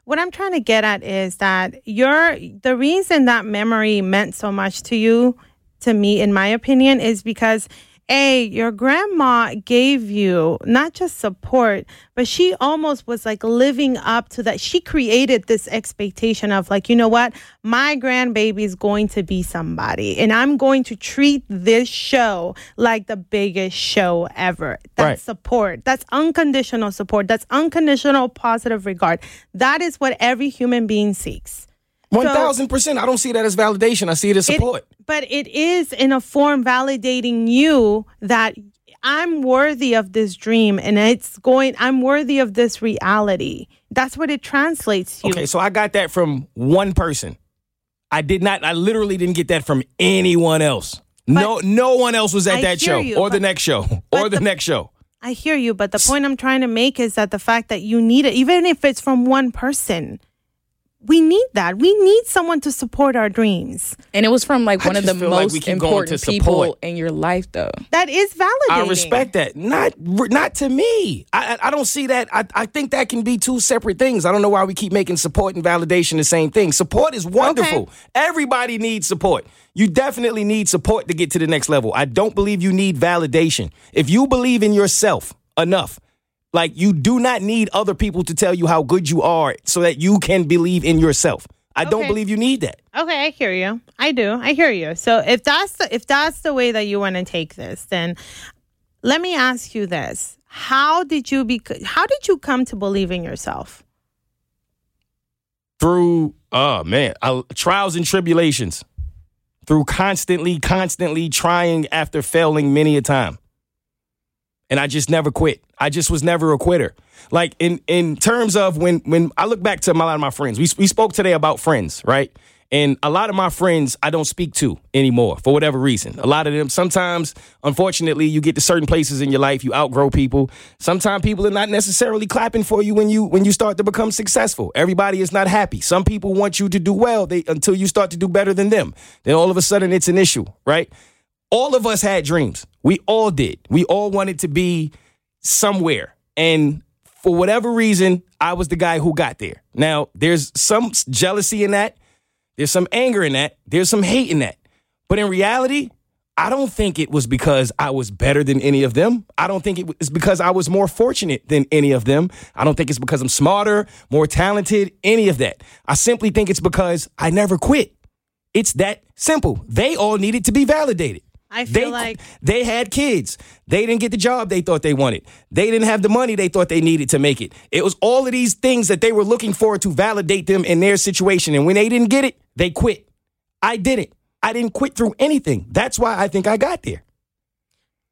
B: what I'm trying to get at is that your the reason that memory meant so much to you, to me, in my opinion, is because A, your grandma gave you not just support, but she almost was like living up to that. She created this expectation of, like, you know what? My grandbaby is going to be somebody, and I'm going to treat this show like the biggest show ever. That's
A: Right.
B: support. That's unconditional support. That's unconditional positive regard. That is what every human being seeks.
A: One thousand percent. I don't see that as validation. I see it as
B: It-
A: support.
B: but it is in a form validating you that I'm worthy of this dream and it's going I'm worthy of this reality. That's what it translates to.
A: okay, so I got that from one person. I did not. I literally didn't get that from anyone else. no, no one else was at
B: I
A: that
B: hear
A: show
B: you,
A: or the
B: but-
A: next show [laughs] or the,
B: the-
A: next show.
B: I hear you, but the point I'm trying to make is that the fact that you need it, even if it's from one person, we need that. We need someone to support our dreams.
C: And it was from like
A: I
C: one of the
A: just feel like
C: most
A: we keep going to
C: important people
A: support.
C: in your life, though.
B: That is validating.
A: I respect that. Not, not to me. I, I I don't see that. I, I think that can be two separate things. I don't know why we keep making support and validation the same thing. Support is wonderful. Everybody needs support. You definitely need support to get to the next level. I don't believe you need validation. If you believe in yourself enough, Like you do not need other people to tell you how good you are so that you can believe in yourself. I don't
B: Okay.
A: believe you need that.
B: Okay, I hear you. I do. I hear you. So if that's the, if that's the way that you want to take this, then let me ask you this: How did you be? How did you come to believe in yourself?
A: Through oh man, I, trials and tribulations. Through constantly constantly trying after failing many a time. And I just never quit. I just was never a quitter. Like in in terms of when when I look back to my, a lot of my friends. We we spoke today about friends, right? And a lot of my friends I don't speak to anymore for whatever reason. A lot of them sometimes unfortunately you get to certain places in your life, you outgrow people. Sometimes people are not necessarily clapping for you when you when you start to become successful. Everybody is not happy. Some people want you to do well they until you start to do better than them. Then all of a sudden it's an issue, right? all of us had dreams. We all did. We all wanted to be somewhere. And for whatever reason, I was the guy who got there. Now, there's some jealousy in that. There's some anger in that. There's some hate in that. But in reality, I don't think it was because I was better than any of them. I don't think it was because I was more fortunate than any of them. I don't think it's because I'm smarter, more talented, any of that. I simply think it's because I never quit. It's that simple. They all needed to be validated.
B: I feel
A: They-
B: like-
A: they had kids. They didn't get the job they thought they wanted. They didn't have the money they thought they needed to make it. It was all of these things that they were looking for to validate them in their situation. And when they didn't get it, they quit. I didn't. I didn't quit through anything. That's why I think I got there.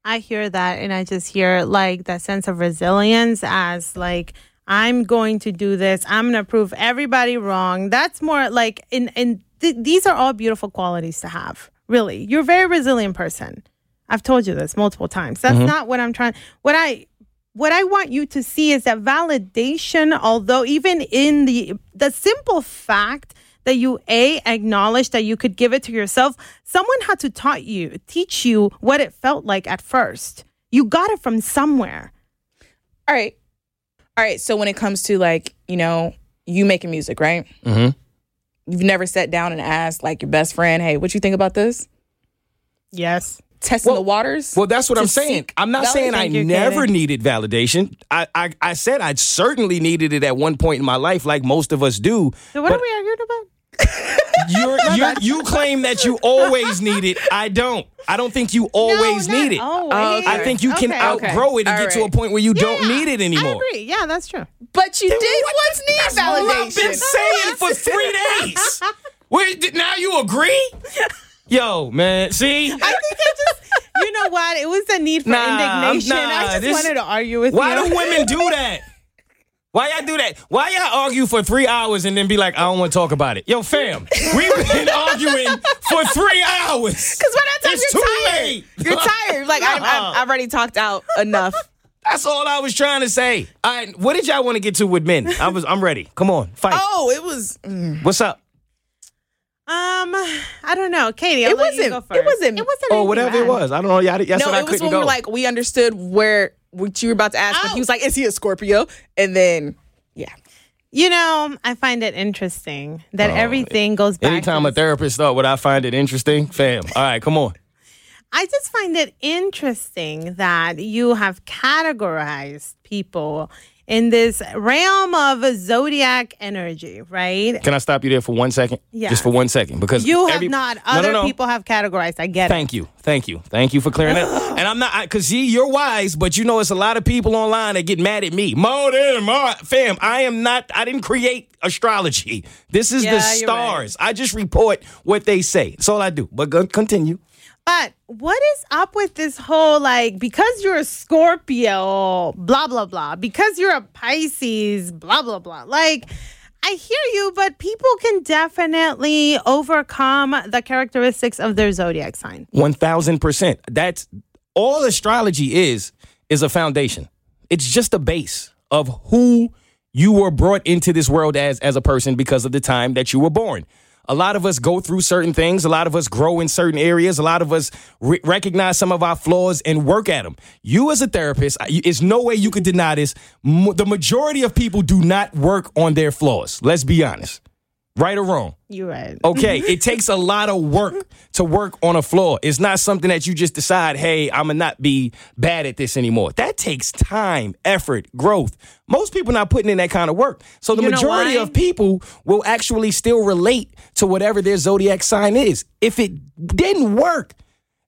B: I hear that, and I just hear like that sense of resilience as like I'm going to do this. I'm going to prove everybody wrong. That's more like and and th- these are all beautiful qualities to have. Really, you're a very resilient person. I've told you this multiple times. That's not what I'm trying. What I what I want you to see is that validation, although even in the the simple fact that you a acknowledge that you could give it to yourself, someone had to taught you, teach you what it felt like at first. You got it from somewhere.
C: All right. All right. So when it comes to like, you know, you making music, right?
A: Mhm.
C: You've never sat down and asked like your best friend, hey, what you think about this?
B: Yes.
C: Testing the waters?
A: Well, that's what I'm
C: To
A: saying.
C: seek
A: I'm not saying I
B: validation, you're
A: never
B: kidding.
A: needed validation. I, I I said I certainly needed it at one point in my life, like most of us do.
B: So what
A: But-
B: are we arguing about?
C: [laughs]
A: You're, you you claim that you always need it. I don't. I don't think you always need it.
C: Oh,
A: I think you can outgrow it and
C: All
A: get to a
C: right.
A: point where you don't need it
B: I
A: anymore.
B: agree. Yeah, that's true.
C: but you did
A: What
C: once
A: the-
C: need
A: that's what I've been
C: validation.
A: saying for three days. Wait, did- now you agree? Yo, man, see?
B: I think I just, you know what? It was the need for
A: Nah, I'm-
B: indignation. I
A: nah,
B: just
A: this-
B: wanted to argue with
A: Why
B: you.
A: do
B: [laughs]
A: women do that? Why y'all do that? Why y'all argue for three hours and then be like, I don't want to talk about it? Yo, fam,
C: [laughs]
A: we've been arguing for three hours.
C: Because by that time
A: It's
C: you're
A: too
C: tired.
A: late. Uh-uh.
C: You're tired. Like
A: [laughs]
C: I'm,
A: Nah.
C: I'm, I've already talked out enough.
A: That's all I was trying to say. All right, what did y'all want to get to with men? I was, I'm ready. Come on, fight.
C: oh, it was.
A: What's up?
B: Um, I don't know, Katie. I'll
C: It
B: let you
C: wasn't-
B: go
C: it
B: first.
C: wasn't- Oh,
B: It wasn't.
A: Or
B: anything
A: Oh, whatever
B: bad.
A: it was. I don't know. Y'all, that's
C: No,
A: what I
C: it
A: couldn't
C: was when
A: go.
C: we were like we understood where what you were about to ask, but
B: Ow.
C: he was like, "Is he a Scorpio?" And then, yeah,
B: You know, I find it interesting that everything goes back.
A: Oh, Anytime
B: to-
A: a therapist thought what I find it interesting, fam. All right, come on.
B: I just find it interesting that you have categorized people in this realm of zodiac energy, right?
A: Can I stop you there for one second?
B: Yeah.
A: Just for one second, because
B: You have
A: every-
B: not.
A: No, no,
B: Other
A: no.
B: people have categorized. I get it.
A: Thank you, thank you, thank you for clearing
B: [gasps]
A: that. And I'm not because see, you're wise, but you know it's a lot of people online that get mad at me. Mo, there, Mo, fam, I am not. I didn't create astrology. This is
B: Yeah,
A: the
B: you're right.
A: stars. I just report what they say. That's all I do. But go- continue.
B: But what is up with this whole like because you're a Scorpio, blah blah blah, because you're a Pisces, blah blah blah. Like I hear you, but people can definitely overcome the characteristics of their zodiac sign.
A: One thousand percent. That's all astrology is is a foundation. It's just a base of who you were brought into this world as as a person because of the time that you were born. A lot of us go through certain things. A lot of us grow in certain areas. A lot of us re- recognize some of our flaws and work at them. You, as a therapist, I- it's no way you could deny this. Mo- the majority of people do not work on their flaws. Let's be honest, right or wrong.
B: You're right.
A: [laughs] Okay, it takes a lot of work to work on a floor. It's not something that you just decide, hey, I'm gonna not be bad at this anymore. That takes time, effort, growth. Most people not putting in that kind of work. So the
B: You know
A: majority
B: why?
A: of people will actually still relate to whatever their zodiac sign is. If it didn't work,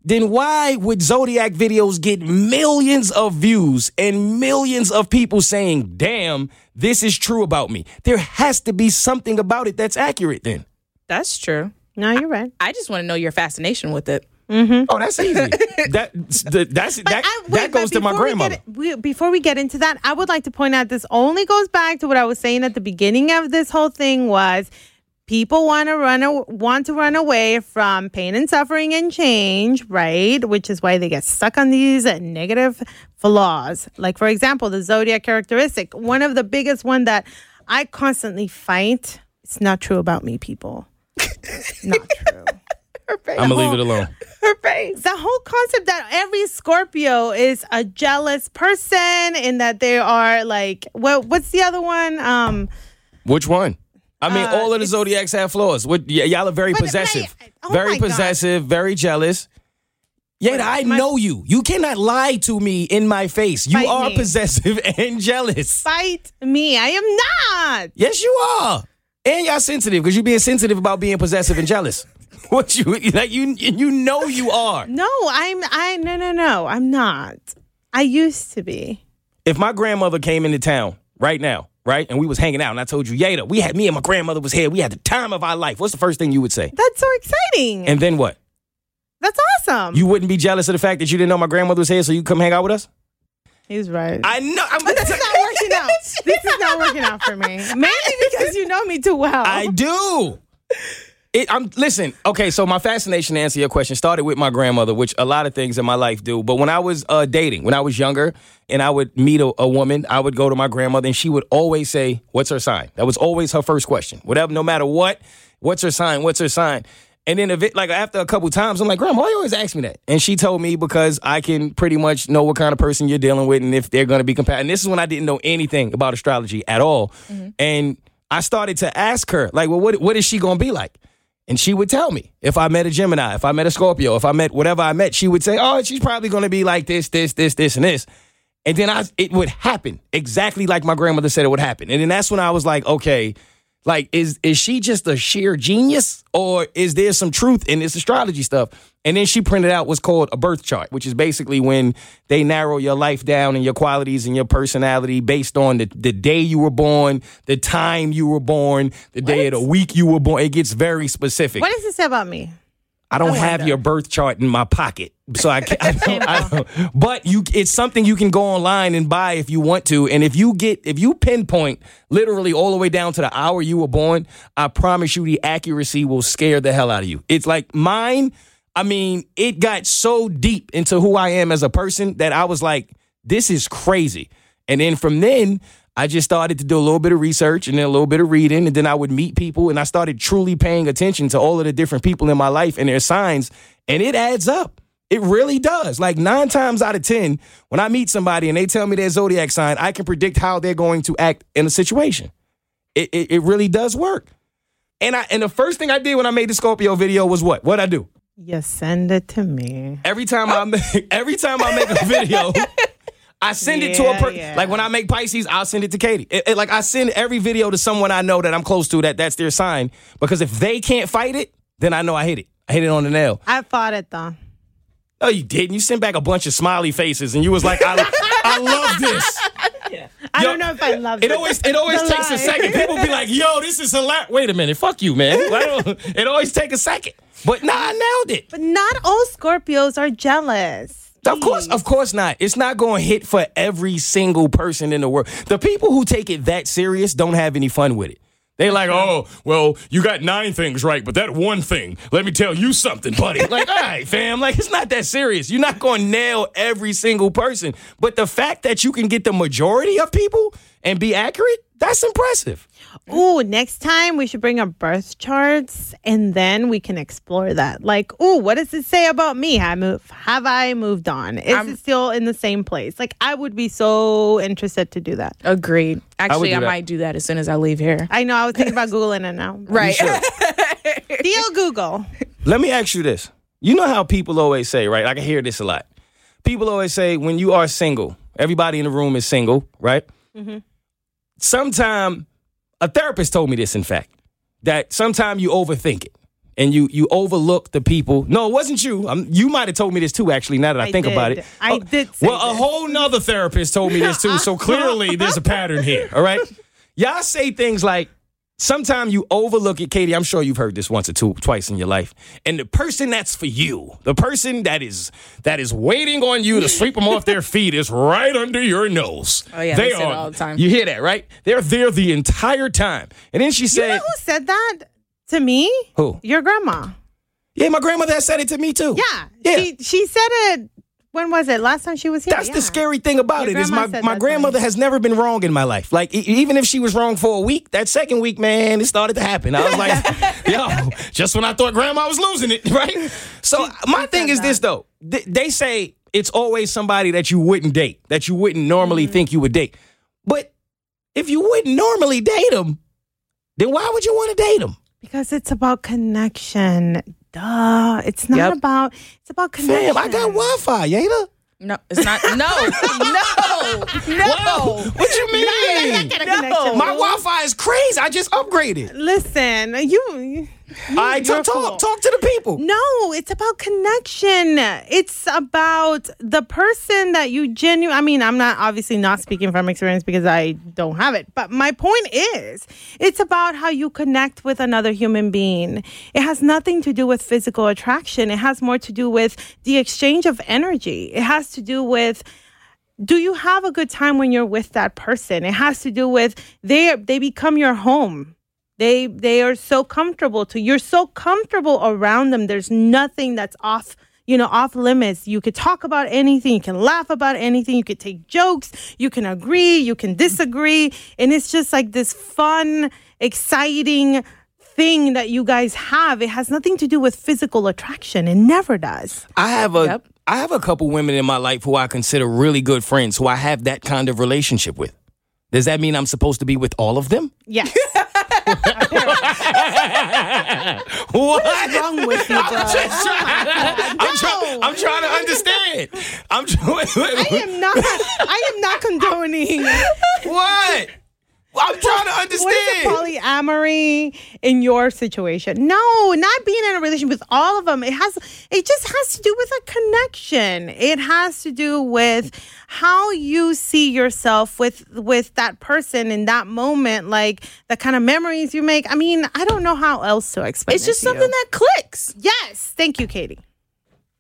A: then why would Zodiac videos get millions of views and millions of people saying, damn, this is true about me? There has to be something about it that's accurate then.
C: That's true.
B: No, you're right.
C: I just want to know your fascination with it.
A: Oh, that's easy. [laughs] that the, that's that,
B: I- wait,
A: that
B: but
A: goes to my
B: before we get
A: grandmother.
B: it- we- before we get into that, I would like to point out this only goes back to what I was saying at the beginning of this whole thing was people want to run a- want to run away from pain and suffering and change, right? Which is why they get stuck on these negative flaws. Like for example, the zodiac characteristic, one of the biggest one that I constantly fight. It's not true about me, people.
A: [laughs]
B: not true
C: Her face.
A: I'm gonna leave it alone.
C: Her face.
B: the whole concept that every Scorpio is a jealous person and that they are like what what's the other one? Um
A: Which one? I mean, all of the zodiacs have flaws. What, y- y'all are very
B: Uh, But- but I-
A: possessive,
B: oh
A: very
B: my God.
A: possessive, very jealous. Yet I know you. You cannot lie to me in my face. You
B: Fight
A: are
B: me.
A: possessive [laughs] and jealous.
B: fight me. I am not.
A: Yes, you are. And y'all sensitive because you being sensitive about being possessive and jealous. [laughs] What you like? You you know you are.
B: No, I'm I no no no. I'm not. I used to be.
A: if my grandmother came into town right now, right, and we was hanging out, and I told you, Yada, we had me and my grandmother was here, we had the time of our life. What's the first thing you would say?
B: That's so exciting.
A: And then what?
B: That's awesome.
A: You wouldn't be jealous of the fact that you didn't know my grandmother was here, so you come hang out with us?
B: He's right.
A: I know. I'm,
B: but this is not working out. This is not working out for me. Mainly because you know me too well.
A: I do. It, I'm listen. Okay, so my fascination to answer your question started with my grandmother, which a lot of things in my life do. But when I was uh, dating, when I was younger, and I would meet a, a woman, I would go to my grandmother, and she would always say, "What's her sign?" That was always her first question. Whatever, no matter what, what's her sign? What's her sign? And then, if it, like after a couple times, I'm like, Grandma, why you always ask me that? And she told me because I can pretty much know what kind of person you're dealing with and if they're going to be compatible. And this is when I didn't know anything about astrology at all, and I started to ask her, like, well, what what is she going to be like? And she would tell me if I met a Gemini, if I met a Scorpio, if I met whatever I met, she would say, oh, she's probably going to be like this, this, this, this, and this. And then I, it would happen exactly like my grandmother said it would happen. And then that's when I was like, okay, like is is she just a sheer genius, or is there some truth in this astrology stuff? And then she printed out what's called a birth chart, which is basically when they narrow your life down and your qualities and your personality based on the, the day you were born, the time you were born, the day of the week you were born. It gets very specific.
B: what does this say about me?
A: I don't have your birth chart in my pocket, so I can't. I don't, I don't- but you, it's something you can go online and buy if you want to. And if you get, if you pinpoint literally all the way down to the hour you were born, I promise you, the accuracy will scare the hell out of you. It's like mine. I mean, it got so deep into who I am as a person that I was like, "This is crazy." And then from then, I just started to do a little bit of research and then a little bit of reading. And then I would meet people and I started truly paying attention to all of the different people in my life and their signs. And it adds up. It really does. Like nine times out of 10, when I meet somebody and they tell me their zodiac sign, I can predict how they're going to act in a situation. It, it, it really does work. And I and the first thing I did when I made the Scorpio video was what? What'd I do?
B: You send it to me.
A: Every time I make [laughs] every time I make a video, I send it to a
B: Yeah,
A: person.
B: yeah.
A: Like when I make Pisces, I'll send it to Katie. It- it- like I send every video to someone I know that I'm close to that that's their sign because if they can't fight it, then I know I hit it. I hit it on the nail.
B: I fought it though.
A: No, you didn't. You sent back a bunch of smiley faces and you was like, I,
B: [laughs]
A: I love this.
B: I
A: Yo,
B: don't know if I love
A: It always it always
B: The
A: takes a
B: lie.
A: second.
B: [laughs]
A: People be like, yo, this is a lot. Wait a minute. Fuck you, man. Why don't- it always take a second. But nah, I nailed it.
B: But not all Scorpios are jealous.
A: Of course, of course not. It's not going to hit for every single person in the world. The people who take it that serious don't have any fun with it. They like, oh, well, you got nine things right, but that one thing, let me tell you something, buddy. like, all right, fam, like it's not that serious. You're not going to nail every single person, but the fact that you can get the majority of people and be accurate, that's impressive.
B: Ooh, next time we should bring our birth charts and then we can explore that. Like, ooh, what does it say about me? Have I moved, have I moved on? Is it still in the same place? Like, I would be so interested to do that.
C: Agreed. Actually,
A: do
C: I,
A: that.
C: might do that as soon as I leave here.
B: I know I was
A: [laughs]
B: thinking about Googling it now.
C: Right.
B: Deal
A: [laughs]
B: Google.
A: Let me ask you this. You know how people always say, right? I can hear this a lot. People always say when you are single, everybody in the room is single, right?
B: Mm-hmm.
A: Sometime a therapist told me this, in fact, that sometime you overthink it and you you overlook the people. No, it wasn't you. i you might have told me this too, actually. Now that I,
B: I
A: think about
B: did.
A: it,
B: I
A: Oh,
B: did say
A: Well, a
B: this.
A: whole nother therapist told me this too.
B: [laughs]
A: So clearly, there's a pattern here. All right, y'all say things like. Sometimes you overlook it, Katie. I'm sure you've heard this once or two, twice in your life. And the person that's for you, the person that is that is waiting on you to sweep them off their feet, is right under your nose.
C: Oh, yeah, they say that all the time.
A: You hear that, right? They're there the entire time. And then she
B: You know
A: said,
B: who said that to me?
A: "Who?
B: Your grandma.
A: Yeah, my grandmother has said it to me too.
B: Yeah.
A: yeah.
B: She, she said it, when was it? Last time she was here.
A: That's
B: Yeah.
A: the scary thing about
B: Your
A: it is
B: grandma
A: my
B: said
A: my
B: that to
A: grandmother
B: me.
A: has never been wrong in my life. Like e- even if she was wrong for a week, that second week, man, it started to happen. I was
B: [laughs]
A: like, yo, just when I thought grandma was losing it, [laughs] right? So my thing is this though. Th- they say it's always somebody that you wouldn't date, that you wouldn't normally
B: Mm-hmm.
A: think you would date. But if you wouldn't normally date them, then why would you want to date them?
B: Because it's about connection. Duh. It's not
C: Yep.
B: about, it's about connection.
A: Fam, I got Wi-Fi, Yada.
C: [laughs] No, it's not.
A: [laughs]
C: No, no, no.
A: Wow,
B: [laughs]
A: what you mean?
B: connection.
A: My Wi-Fi is crazy. I just upgraded.
B: Listen, you.
A: All right,
B: you're
A: talk,
B: a
A: talk,
B: fool.
A: talk to the people.
B: No, it's about connection. It's about the person that you genuinely. I mean, I'm not obviously not speaking from experience because I don't have it, but my point is, it's about how you connect with another human being. It has nothing to do with physical attraction, it has more to do with the exchange of energy. It has to do with do you have a good time when you're with that person? It has to do with they they become your home. They they are so comfortable to you're so comfortable around them. There's nothing that's off, you know, off limits. You could talk about anything, you can laugh about anything, you could take jokes, you can agree, you can disagree, and it's just like this fun, exciting thing that you guys have. It has nothing to do with physical attraction. It never does.
A: I have a I
C: Yep.
A: have a couple women in my life who I consider really good friends who I have that kind of relationship with. Does that mean I'm supposed to be with all of them? [laughs]
B: Yes.
A: What?
B: [laughs] wrong with [laughs] you, bro?
A: Just try- I'm, try- I'm trying to understand. I'm trying.
B: I am not. I am not [laughs] condoning.
A: what? I'm trying to
B: What is a
A: understand.
B: polyamory in your situation? No, not being in a relationship with all of them. It has. It just has to do with a connection. It has to do with how you see yourself with with that person in that moment, like the kind of memories you make. I mean, I don't know how else to explain.
C: It's
B: it
C: just
B: to you.
C: something that clicks.
B: Yes, thank you, Katie.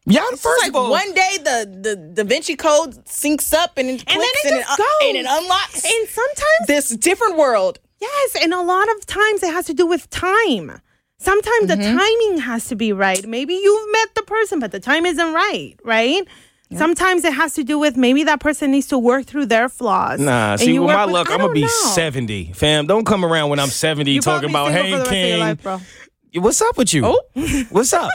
A: Y'all,
C: It's
A: first
C: like
A: of all,
C: one day the the Da Vinci Code syncs up and it clicks
B: then it
C: and,
B: just
C: un-
B: goes.
C: and it unlocks
B: And sometimes
C: this different world.
B: Yes, and a lot of times it has to do with time. Sometimes the
A: Mm-hmm.
B: timing has to be right. Maybe you've met the person, but the time isn't right, right? Sometimes it has to do with maybe that person needs to work through their flaws.
A: Nah,
B: and
A: see,
B: you
A: with
B: work
A: my luck,
B: I
A: I'm gonna
B: don't
A: be
B: know.
A: 70. Fam, don't come around when I'm 70
B: You
A: talking about,
B: probably single
A: hey,
B: for the rest of your
A: King,
B: life, bro.
A: what's up with you? What's up?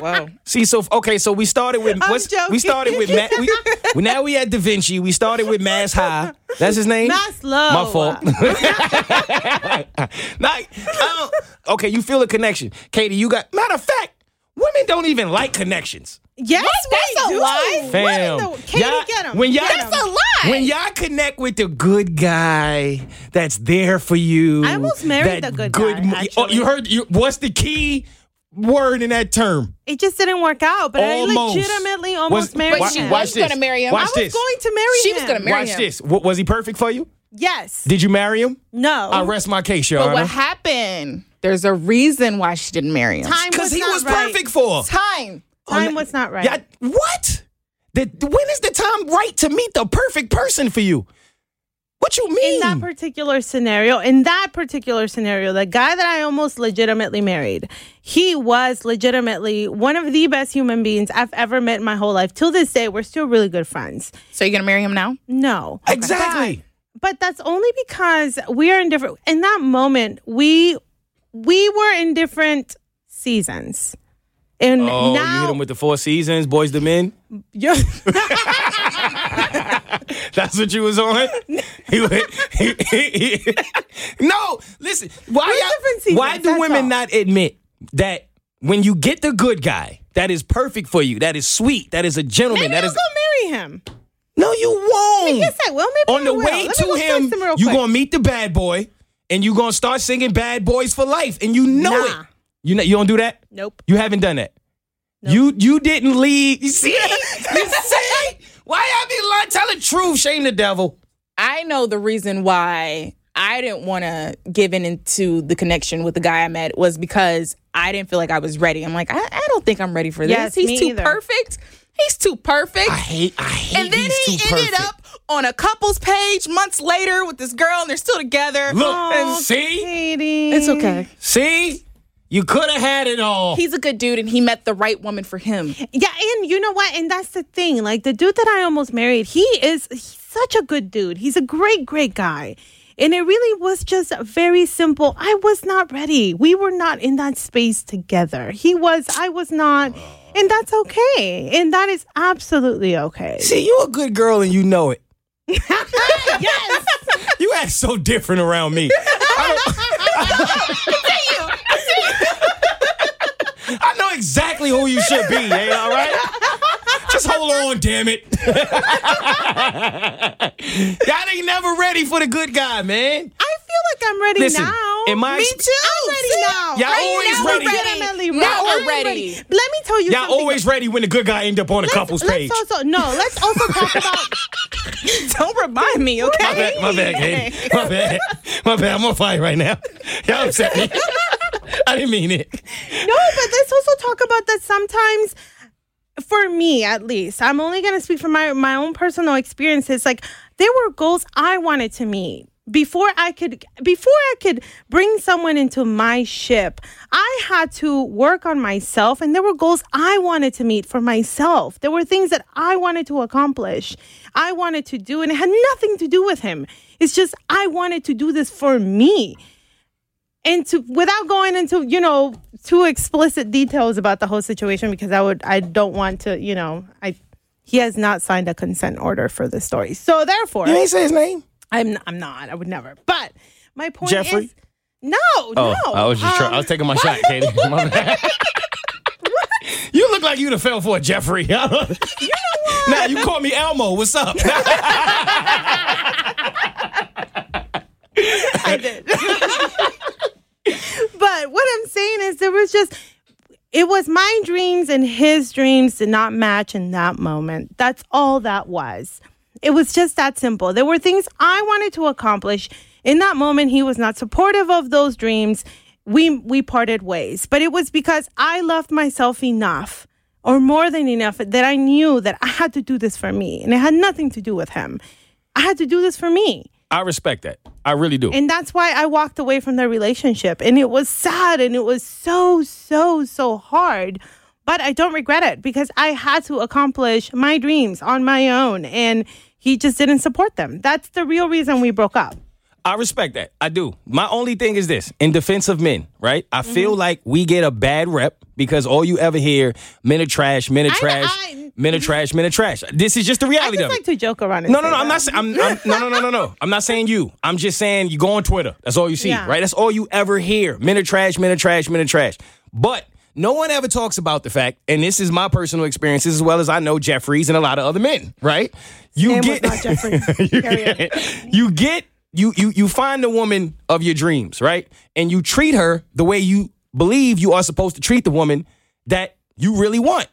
C: Wow.
A: See, so okay, so we started with
B: I'm
A: what's, we
B: joking.
A: started with Ma- we, well, now we at Da Vinci. We started with Mass High. That's his name.
B: Maslow.
A: My
B: [laughs]
A: fault. [laughs] like, I don't- okay, you feel a connection, Katie. You got matter of fact. Women don't even like connections.
B: Yes,
C: that's
B: we
C: a
B: do.
C: lie.
A: Fam.
B: What in the, Katie,
A: Y'all-
B: get him.
A: when y'all-
B: get
A: That's
B: him.
A: a When y'all connect with the good guy that's there for you,
B: I almost married
A: that
B: the good guy,
A: mo- Oh,
B: actually.
A: you heard? You, what's the key word in that term?
B: It just didn't work out, but I
A: Almost.
B: legitimately almost
A: What's-
B: married
A: watch-
C: she
B: him.
A: watch
C: was
A: this.
C: gonna marry him.
B: I
A: Watch
B: was
A: this.
B: going to marry
C: She
B: him.
C: was gonna marry
A: Watch
C: him.
A: this. Wa- was he perfect for you?
B: Yes.
A: Did you marry him?
B: no.
A: I rest my case, Your
C: But what
A: Honor.
C: happened? There's a reason why she didn't marry him.
B: Time
A: Because he
B: not
A: was
B: right.
A: perfect for. her.
C: Time.
B: Time was not right.
A: Yeah, what? The, when is the time right to meet the perfect person for you? What you mean?
B: in that particular scenario, in that particular scenario, the guy that I almost legitimately married, he was legitimately one of the best human beings I've ever met in my whole life. Till this day, we're still really good friends.
C: So you're gonna marry him now?
B: No.
A: exactly.
B: But that's only because we are in different in that moment, we we were in different seasons. And
A: Oh, you
B: now
A: hit him with the Four Seasons, Boys the Men.
B: Yo-
A: [laughs]
B: [laughs]
A: That's what you was on. He went- he- he- he- no, listen. Why?
B: different
A: Y'all,
B: seasons,
A: why do
B: that's
A: women
B: all.
A: not admit that when you get the good guy that is perfect for you, that is sweet, that is a gentleman,
B: maybe
A: that
B: I'll
A: is
B: go marry him.
A: no, you won't.
B: Yes, I will. Maybe
A: on
B: I
A: the way
B: will. Let me
A: to
B: go text
A: him,
B: him real
A: you
B: quick.
A: gonna meet the bad boy, and you gonna start singing "Bad Boys for Life," and you know
B: Nah.
A: it. You know, you don't do that.
B: Nope.
A: You haven't done that. You you didn't lead. You [laughs] see? you see? Why y'all be lying? Tell the truth. Shame the devil.
C: I know the reason why I didn't want to give in into the connection with the guy I met was because I didn't feel like I was ready. I'm like, I, I don't think I'm ready for this.
B: Yes,
C: He's
B: me
C: too
B: either.
C: perfect. He's too perfect.
A: I hate. I hate
C: and then
A: these
C: he
A: two
C: ended
A: perfect.
C: up on a couple's page months later with this girl, and they're still together.
A: Look
B: Oh,
A: and see,
B: Katie.
C: it's okay.
A: see, you could have had it all.
C: He's a good dude, and he met the right woman for him.
B: Yeah, and you know what? And that's the thing. Like the dude that I almost married, he is he's such a good dude. He's a great, great guy. And it really was just very simple. I was not ready. We were not in that space together. He was, I was not. And that's okay. And that is absolutely okay. Ah,
A: see, you a good girl and you know it.
B: yes.
A: You act so different around
B: [laughs]
A: me. I, don't- I know exactly who you should be, yeah, all right? Just hold on, damn it. [laughs] Y'all ain't never ready for the good guy, man.
B: I feel like I'm ready
A: Listen,
B: now.
A: in my
B: Me
A: ex-
B: too. I'm ready
C: See?
B: now.
A: Y'all
B: I'm
A: always
B: now
A: ready.
B: legitimately
C: Now
B: ready.
C: we're ready.
B: Let me tell you
A: Y'all
B: something.
A: always ready when the good guy end up on a couple's
B: let's
A: page.
B: Also, no, let's also talk about
C: [laughs] Don't remind me,
A: My
C: okay?
A: bad, my bad, Katie. My bad. My bad. I'm on fire right now. Y'all upset me. I didn't mean it.
B: no, but let's also talk about that sometimes. For me, at least, I'm only gonna speak from my my own personal experiences. Like there were goals I wanted to meet before I could before I could bring someone into my ship. I had to work on myself, and there were goals I wanted to meet for myself. There were things that I wanted to accomplish, I wanted to do, and it had nothing to do with him. It's just I wanted to do this for me and to without going into you know too explicit details about the whole situation because I would I don't want to you know I he has not signed a consent order for this story so therefore
A: You ain't say his name.
B: I'm I'm not I would never but my point
A: Jeffrey?
B: is no no
A: Oh,
B: um,
A: I was just trying. I was taking my shot, Katie. [laughs] My
B: [laughs]
A: bad. You look like you'd have fell for it, Jeffrey. [laughs] you know what? Now you call me Elmo. What's
B: [laughs]
A: up? [laughs]
B: [laughs] I did. but what I'm saying is there was just it was my dreams and his dreams did not match in that moment. That's all that was. It was just that simple. There were things I wanted to accomplish. In that moment, he was not supportive of those dreams. We we parted ways. But it was because I loved myself enough or more than enough that I knew that I had to do this for me. And it had nothing to do with him. I had to do this for me.
A: I respect that. I really do.
B: And that's why I walked away from their relationship. And it was sad and it was so, so, so hard. But I don't regret it because I had to accomplish my dreams on my own. And he just didn't support them. That's the real reason we broke up.
A: I respect that. I do. My only thing is this in defense of men, right? I
B: Mm-hmm.
A: feel like we get a bad rep because all you ever hear men are trash, men are
B: I-
A: trash,
B: I- mm-hmm.
A: men are trash, men are trash. This is just the
B: I
A: reality
B: just
A: of it.
B: like to joke around. And
A: No,
B: say
A: no, no. I'm
B: that.
A: not. sa- I'm, I'm no, no, no, no, no. I'm not saying you. I'm just saying you go on Twitter. That's all you see,
B: Yeah.
A: right? That's all you ever hear. Men are trash. Men are trash. Men are trash. But no one ever talks about the fact, and this is my personal experience as well as I know Jeffries and a lot of other men, right? You
B: Name was
A: get [laughs]
B: not Jeffrey.
A: you,
B: Carry on.
A: get, [laughs] you get you you you find the woman of your dreams, right? And you treat her the way you believe you are supposed to treat the woman that you really want.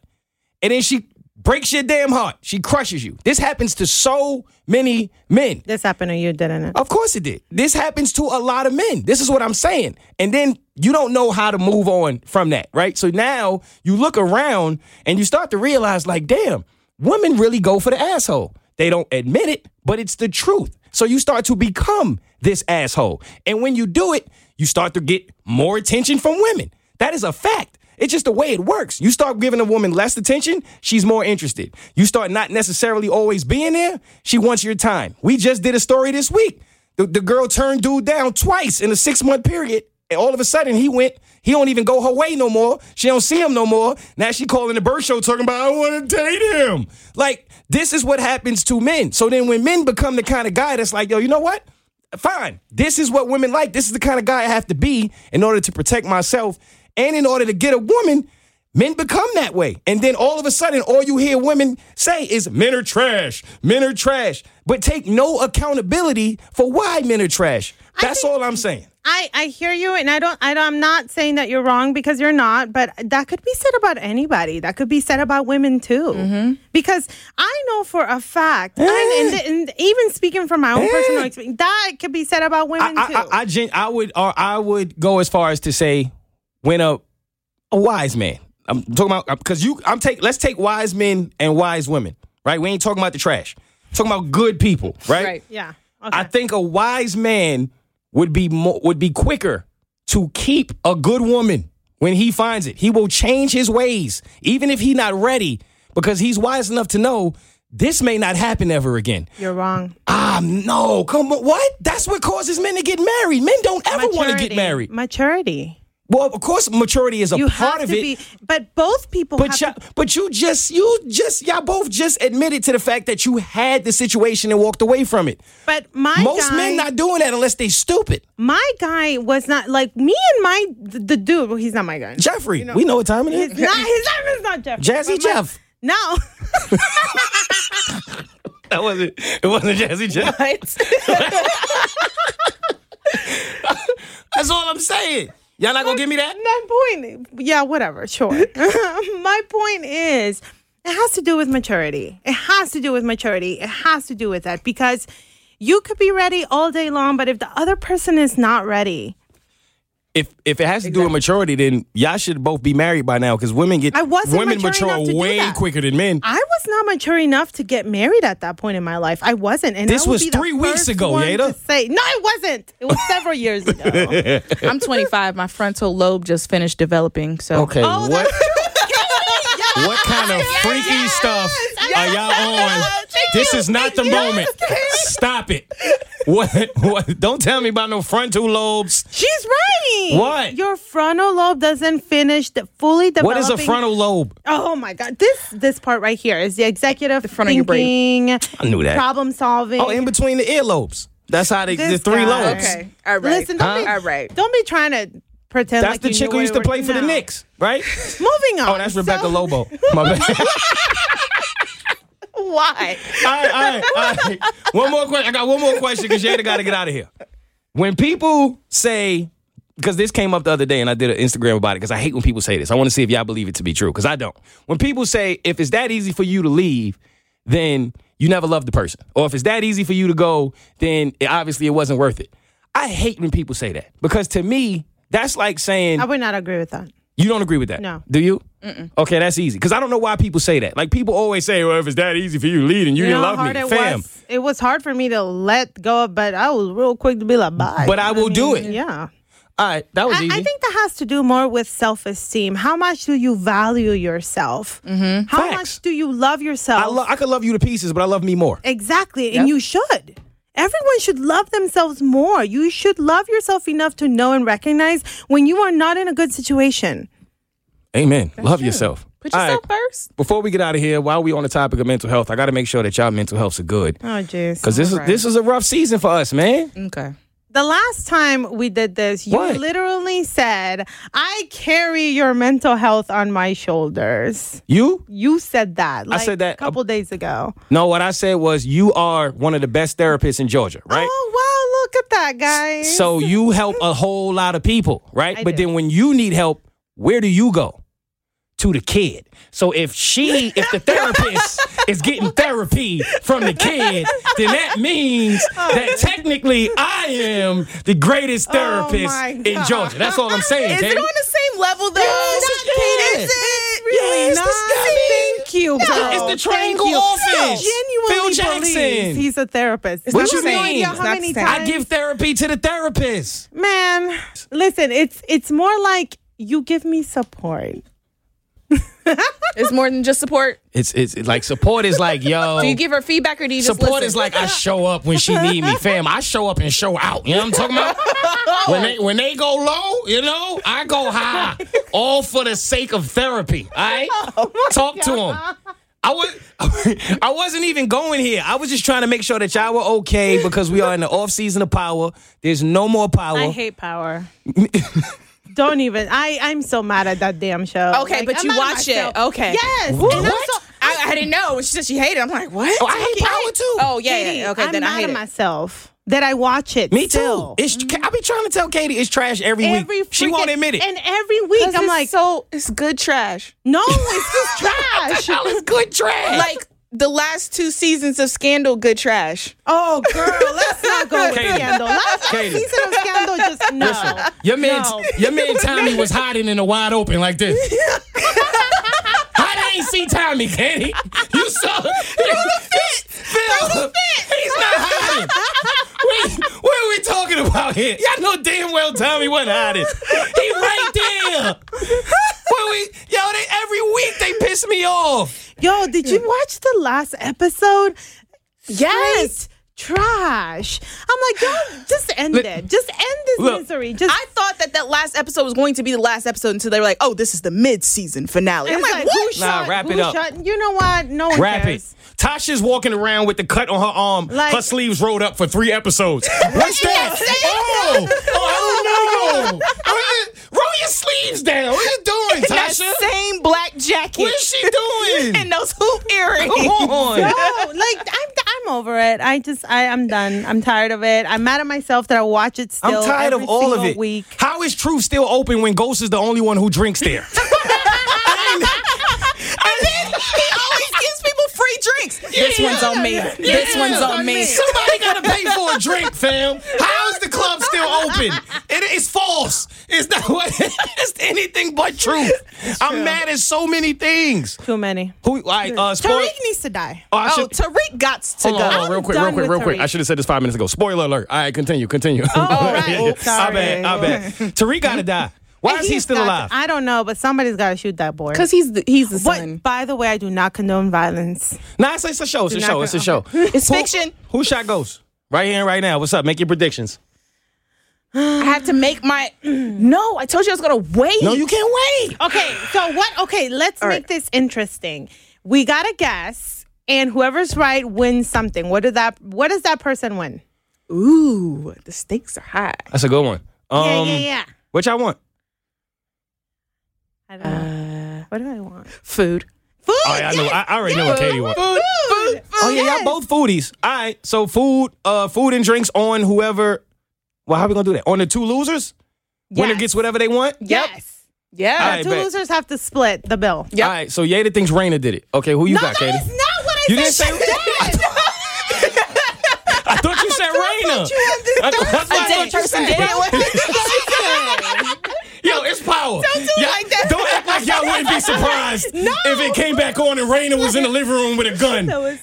A: And then she breaks your damn heart. She crushes you. This happens to so many men.
B: This happened to you, didn't it?
A: Of course it did. This happens to a lot of men. This is what I'm saying. And then you don't know how to move on from that, right? So now you look around and you start to realize, like, damn, women really go for the asshole. They don't admit it, but it's the truth. So you start to become this asshole. And when you do it, you start to get more attention from women. That is a fact. It's just the way it works. You start giving a woman less attention, she's more interested. You start not necessarily always being there, she wants your time. We just did a story this week. The, the girl turned dude down twice in a six month period, and all of a sudden he went. He don't even go her way no more. She don't see him no more. Now she calling the bird show talking about I want to date him. Like this is what happens to men. So then when men become the kind of guy that's like, yo, you know what? fine. This is what women like. This is the kind of guy I have to be in order to protect myself and in order to get a woman. Men become that way. And then all of a sudden, all you hear women say is men are trash, men are trash, but take no accountability for why men are trash. That's all I'm saying.
B: I, I hear you and I don't I don't, I'm not saying that you're wrong because you're not but that could be said about anybody that could be said about women too
A: Mm-hmm.
B: because I know for a fact and,
A: Eh.
B: and, and even speaking from my own personal experience that could be said about women
A: I,
B: too
A: I, I, gen- I would or I would go as far as to say when a a wise man. I'm talking about because you. I'm take. Let's take wise men and wise women. Right. We ain't talking about the trash. We're talking about good people. Right.
C: Right.
B: yeah okay.
A: I think a wise man would be more, would be quicker to keep a good woman when he finds it. He will change his ways even if he not ready because he's wise enough to know this may not happen ever again.
B: you're wrong
A: Ah, no, come on. What? That's what causes men to get married. Men don't ever want to get
B: Maturity.
A: married.
B: maturity
A: Well, of course, maturity is a
B: you
A: part of
B: have to
A: it.
B: be but both people
A: but
B: have
A: y'all,
B: to,
A: but you just you just y'all both just admitted to the fact that you had the situation and walked away from it.
B: but my
A: Most
B: guy-
A: men not doing that unless they stupid.
B: my guy was not like me and my the, the dude well he's not my guy
A: Jeffrey, we know what time it
B: It's
A: is.
B: not his name is not Jeff
A: Jazzy
B: but my-
A: Jeff.
B: no.
A: [laughs]
B: [laughs]
A: That wasn't it wasn't Jazzy
B: [laughs]
A: Jeff.
C: [laughs]
A: That's all I'm saying. Y'all not gonna give me that?
B: my point yeah whatever
A: [laughs]
B: sure [laughs] my point is it has to do with maturity it has to do with maturity it has to do with that because you could be ready all day long but if the other person is not ready
A: If if it has to do with maturity, then y'all should both be married by now because women get
B: I wasn't
A: women mature
B: mature enough to do
A: way
B: that.
A: quicker than men.
B: i was not mature enough to get married at that point in my life i wasn't and
A: This
B: I would
A: was
B: be the
A: three weeks
B: first
A: ago,
B: one
A: Yada.
B: to say no it wasn't it was several years
A: [laughs]
B: ago
C: I'm 25. My frontal lobe just finished developing. So
A: what
B: Oh, that's true. [laughs] Yes.
A: what kind
B: [laughs]
A: of freaky stuff are y'all on?
B: Thank
A: this
B: you.
A: is not the
B: Thank you.
A: moment. Stop it. What, what? Don't tell me about no frontal lobes.
B: She's right.
A: What?
B: Your frontal lobe doesn't finish the fully developing.
A: What is a frontal lobe?
B: Oh my god! This this part right here is the executive
C: front of your
B: thinking,
A: I knew that.
B: problem solving.
A: Oh, in between the earlobes. That's how they the
B: This
A: three
B: guy.
A: lobes.
C: Okay. All right.
B: Listen, don't, be,
A: Huh?
C: All right.
B: don't be trying to pretend.
A: That's
B: like
A: the
B: you
A: chick
B: knew
A: who used
B: what we
A: to
B: were-
A: play for the
B: No.
A: Knicks, right?
B: Moving on.
A: Oh, that's Rebecca
B: So-
A: Lobo. My bad.
B: [laughs] Why?
A: all right, all right, all right. One more question. I got one more question because Jada got to get out of here. When people say, because this came up the other day and I did an Instagram about it because I hate when people say this. I want to see if y'all believe it to be true because I don't. When people say, if it's that easy for you to leave, then you never loved the person. Or if it's that easy for you to go, then it, obviously it wasn't worth it. I hate when people say that because to me, that's like saying,
B: I would not agree with that.
A: you don't agree with that?
B: No.
A: Do you? Okay, that's easy. Because I don't know why people say that. Like, people always say, well, if it's that easy for you to lead and you,
B: You
A: didn't
B: know
A: love
B: how
A: me.
B: hard it
A: Fam.
B: was. It was hard for me to let go, of, but I was real quick to be like, bye.
A: But I will do it.
B: Yeah.
A: All right, that was
B: I,
A: easy.
B: I think that has to do more with self esteem. How much do you value yourself? Mm-hmm. How
A: Facts.
B: much do you love yourself?
A: I, lo- I could love you to pieces, but I love me more.
B: exactly. And you should. Everyone should love themselves more. You should love yourself enough to know and recognize when you are not in a good situation.
A: Amen. love yourself.
C: Put
A: All right,
C: yourself first.
A: Before we get out of here, while we on the topic of mental health, I got to make sure that y'all mental healths are good
B: Oh, jeez.
A: because this is this is a rough season for us, man.
C: Okay.
B: The last time we did this, you
A: What?
B: literally said, I carry your mental health on my shoulders.
A: You?
B: You said that. Like,
A: said that
B: a couple days ago.
A: No, what I said was you are one of the best therapists in Georgia, right?
B: Oh, wow. Look at that, guys.
A: So you help a whole lot of people, right?
B: I
A: but
B: do.
A: then when you need help, where do you go? To the kid. So if she, if the therapist
B: [laughs]
A: is getting therapy from the kid, then that
B: [laughs]
A: means
B: Oh.
A: that technically I am the greatest therapist
B: Oh my
A: in
B: God.
A: Georgia. That's all I'm saying.
C: Is it
A: Tay.
C: on the same level though?
A: Yes, it's-
C: Is it?
B: really
A: Yes,
B: not.
A: this guy, man.
B: Thank you.
A: Yeah, it's
B: girl.
A: the triangle
B: Thank you.
A: offense.
B: I genuinely
A: Phil
B: believes
A: Jackson.
B: He's a therapist.
A: What
B: I
A: you
B: have no
A: mean?
B: idea
A: It's
B: how
C: not
B: many
C: the same.
B: times
A: I give therapy to the therapist.
B: man listen it's it's more like you give me support
C: It's more than just support.
A: It's it's like support is
B: [laughs]
A: like yo.
C: Do you give her feedback or do you just
A: Oh. support
C: listen?
A: is like I show up when she need me, fam. I show up and show out. You know what I'm talking about?
B: [laughs]
A: when they when they go low, you know, I go high. All for the sake of therapy. All right,
B: Oh
A: talk to them. I was [laughs] I wasn't even going here. I was just trying to make sure that y'all were okay because we are in the off season of power. There's no more power.
B: i hate power don't even i i'm so mad at that damn show
C: Okay, but
B: I'm
C: you
B: mad at
C: watch it.
B: myself.
C: Okay.
B: yes
A: What?
B: and I'm so-
C: I, I didn't know. When she said she hated, it, I'm like, what?
A: oh, I hate power too.
C: Oh yeah, yeah,
B: Katie,
C: yeah. Okay,
B: I'm
C: then
B: mad
C: I hate
B: at
C: it.
B: myself that i watch it
A: Me too.
B: still.
A: It's I be trying to tell Katie it's trash every,
B: every
A: week. She won't
B: freaking-
A: admit it.
B: and every week i'm like
C: so it's good [laughs] trash.
B: no it's
A: [laughs]
B: just trash
A: That was good trash.
C: Like the last two seasons of Scandal, good trash.
B: oh girl let's not go with
A: Katie.
B: scandal last
A: Katie.
B: season of scandal just no
A: Your man,
B: No.
A: your man Tommy was hiding in the wide open like this. How they ain't see Tommy, Kenny? You saw Phil. He's not hiding. Wait, what are we talking about here? Y'all know damn well Tommy wasn't hiding. He right there. What we, yo, they every week they piss me off.
B: Yo, did you watch the last episode? Yes. Trash. I'm like, yo, just end it. Just end this
A: look,
B: misery. Just
C: I thought that that last episode was going to be the last episode until they were like, oh, this is the mid-season finale. I'm
B: it's
C: like,
B: like,
C: what?
B: who
A: Nah,
B: shot?
A: wrap
B: who
A: it up.
B: Shot? You know what? No one
A: Wrap it.
B: cares.
A: Tasha's walking around with the cut on her arm.
B: Like-
A: her sleeves rolled up for three
B: [laughs]
A: episodes. What's that? Oh, oh, I don't know. Oh, yeah. Roll your sleeves down. What you
B: [laughs]
A: doing,
C: that
A: Tasha?
C: same black jacket
A: What is she doing?
C: and those hoop earrings.
A: Come on.
B: No, like I'm, I'm over it. I just, I, I'm done. I'm tired of it. I'm mad at myself that I watch it still.
A: I'm tired
B: every
A: of all of
B: single
A: it.
B: Week.
A: How is Truth still open when Ghost is the only one who drinks
B: [laughs]
A: there?
C: He always gives people free
A: [laughs]
C: drinks. This one's on me. This
A: Yeah.
C: one's on me.
A: Somebody gotta pay for a drink, fam. How is the club still open? It is false. It's not what [laughs] it's anything but truth. I'm mad at so many things.
B: Too many.
A: Who like uh spoil-
B: Tariq needs to die.
A: Oh, I
C: Oh,
A: should-
C: Tariq got to
A: Hold on, hold on, real
B: I'm
C: go.
A: quick, real
B: done
A: quick,
B: with
A: real quick.
B: Tariq.
A: I should have said this five minutes ago. Spoiler alert. All right, continue, continue. [laughs]
B: all right.
A: I
B: Sorry.
A: bad, I bad. Tariq gotta die. Why is he
B: He's
A: still
B: got-
A: alive?
B: I don't know, but somebody's got to shoot that boy.
C: he's the, he's the
B: But by the way, I do not condone violence.
A: Nah, it's, it's a show. It's a
B: not
A: show.
B: gonna-
A: It's a show.
C: It's fiction.
A: Who shot Ghost? Right here and right now. What's up? Make your predictions.
C: I have to make my. No, I told you I was gonna wait.
A: No, you can't wait.
B: Okay, so what? Okay, let's
C: All
B: make
C: right.
B: this interesting. We got to guess, and whoever's right wins something. What does that? What does that person win?
C: Ooh, the stakes are high.
A: That's a good one. Um,
B: Yeah, yeah, yeah.
A: What y'all want?
B: I don't
C: uh,
B: know. what do I want?
C: Food.
B: Food.
A: Oh, yeah, I know. I, I already know what Katie wants.
B: Food. Food.
A: Oh yeah, y'all both foodies. All right, so food, uh, food and drinks on whoever. Well, how we gonna do that? On the two losers, winner
B: Yes.
A: gets whatever they want.
B: Yes.
A: All
C: Yeah.
A: right,
B: Two
A: bet.
B: losers have to split the bill.
C: Yep.
A: All right, so Yada thinks Raina did it. Okay, who you
B: no,
A: got,
B: that
A: Katie?
B: is not what I
A: You didn't
B: said.
A: say- [laughs]
B: she did.
A: I thought you said Raina. I thought- [laughs] that's what I thought
C: Did
A: you
C: person
A: said.
C: did it.
A: Yo, it's power. Don't do
C: it like that.
A: Don't act like y'all wouldn't be surprised if it came back on and Raina was in the living room with a gun.
B: No, it's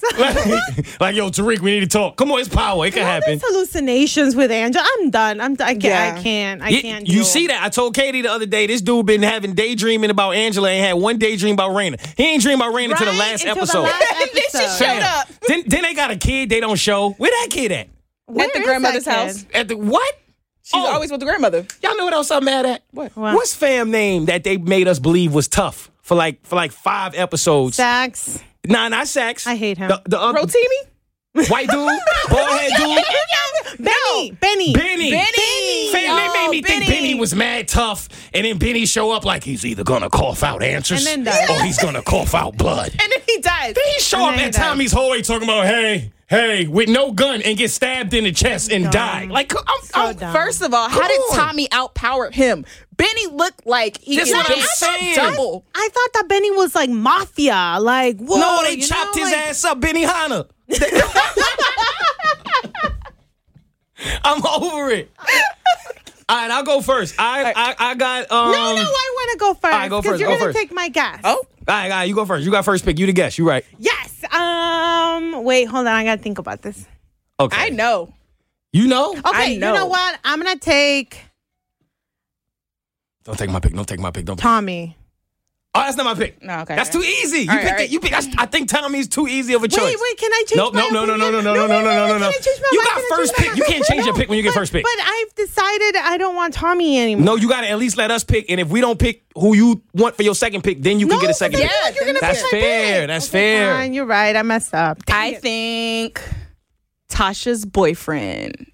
A: like, like, yo, Tariq, we need to talk. Come on, it's power. It can
B: All
A: happen.
B: these hallucinations with Angela. I'm done. I'm. Done. I can't.
C: Yeah.
B: I can't. I
A: Yeah,
B: can't.
A: you
B: deal.
A: see that? I told Katie the other day. This dude been having daydreaming about Angela and had one daydream about Raina. He ain't dream about Raina
B: Right
A: till the last
B: until
A: episode. [laughs]
B: The last
C: Then she
B: episode.
C: showed up.
A: Then, then they got a kid they don't show. Where that kid at?
B: Where
C: the
B: is that
C: grandmother's
B: kid?
C: house.
A: At the what?
C: [laughs] She's
A: Oh.
C: always with the grandmother.
A: Y'all know what else I'm mad at?
C: What?
B: What?
A: What's fam name that they made us believe was tough for like for like five episodes?
B: Sacks.
A: Nah, not Sax.
B: I hate him.
A: Oh. The, the other-
C: Rotimi?
A: White dude, bald head dude.
B: Benny, Benny,
A: Benny.
C: Benny.
A: Fam, they made me
C: Oh,
A: think Benny was mad tough, and then Benny show up like he's either gonna cough out answers
B: And then die.
A: or he's gonna cough out blood.
B: and then he dies.
A: Then he show
B: And
A: up
B: then
A: at
B: he dies.
A: Tommy's hallway talking about hey, hey, with no gun and get stabbed in the chest and die. Like I'm,
C: Oh,
A: I'm
B: dumb.
C: first of all, how did
A: Come on.
C: Tommy outpower him? Benny looked like he
A: That's
C: could
A: what I'm
C: just
A: saying.
C: double.
B: I thought that Benny was like mafia, like whoa.
A: no, they
B: you
A: chopped
B: know,
A: his
B: like-
A: ass up, Benny Hanna. [laughs] I'm over it. All right, I'll go first. I I, I got um.
B: No, no, I want to go first.
A: right, go
B: 'cause
A: first,
B: You're
A: go
B: gonna
A: first.
B: take my guess.
C: Oh,
A: All right, all right, you go first. You got first pick. You the guest. You right.
B: Yes. Um. Wait. Hold on. I gotta think about this.
A: Okay.
C: I know.
A: You know?
B: Okay. You know
C: know.
B: what? I'm gonna take
A: Don't take my pick. Don't take my pick. Don't. Pick. Oh,
B: Tommy.
A: that's not my pick.
C: No, okay.
A: That's too easy. You
C: All right,
A: picked
C: all right.
A: it. You picked. I, I think Tommy's too easy of a choice.
B: Wait, wait, can I change
A: Nope,
B: my
A: nope, no, no, no, no,
B: opinion?
A: no, no, no, no, no, no,
B: wait,
A: no.
B: can I change my
A: You
B: mind?
A: got
B: Can
A: first
B: I change my
A: pick.
B: mind?
A: You can't change
B: No,
A: your pick when you get
B: but-
A: first pick.
B: But I've decided I don't want Tommy anymore.
A: No, you gotta at least let us pick, and if we don't pick who you want for your second pick, then you can get a second
B: Yeah,
A: pick.
C: Yeah,
B: Oh, you're gonna
A: that's
B: pick my
A: fair,
B: pick.
A: that's
B: Okay,
A: fair.
B: Fine, you're right. I messed up.
C: I think Tasha's boyfriend.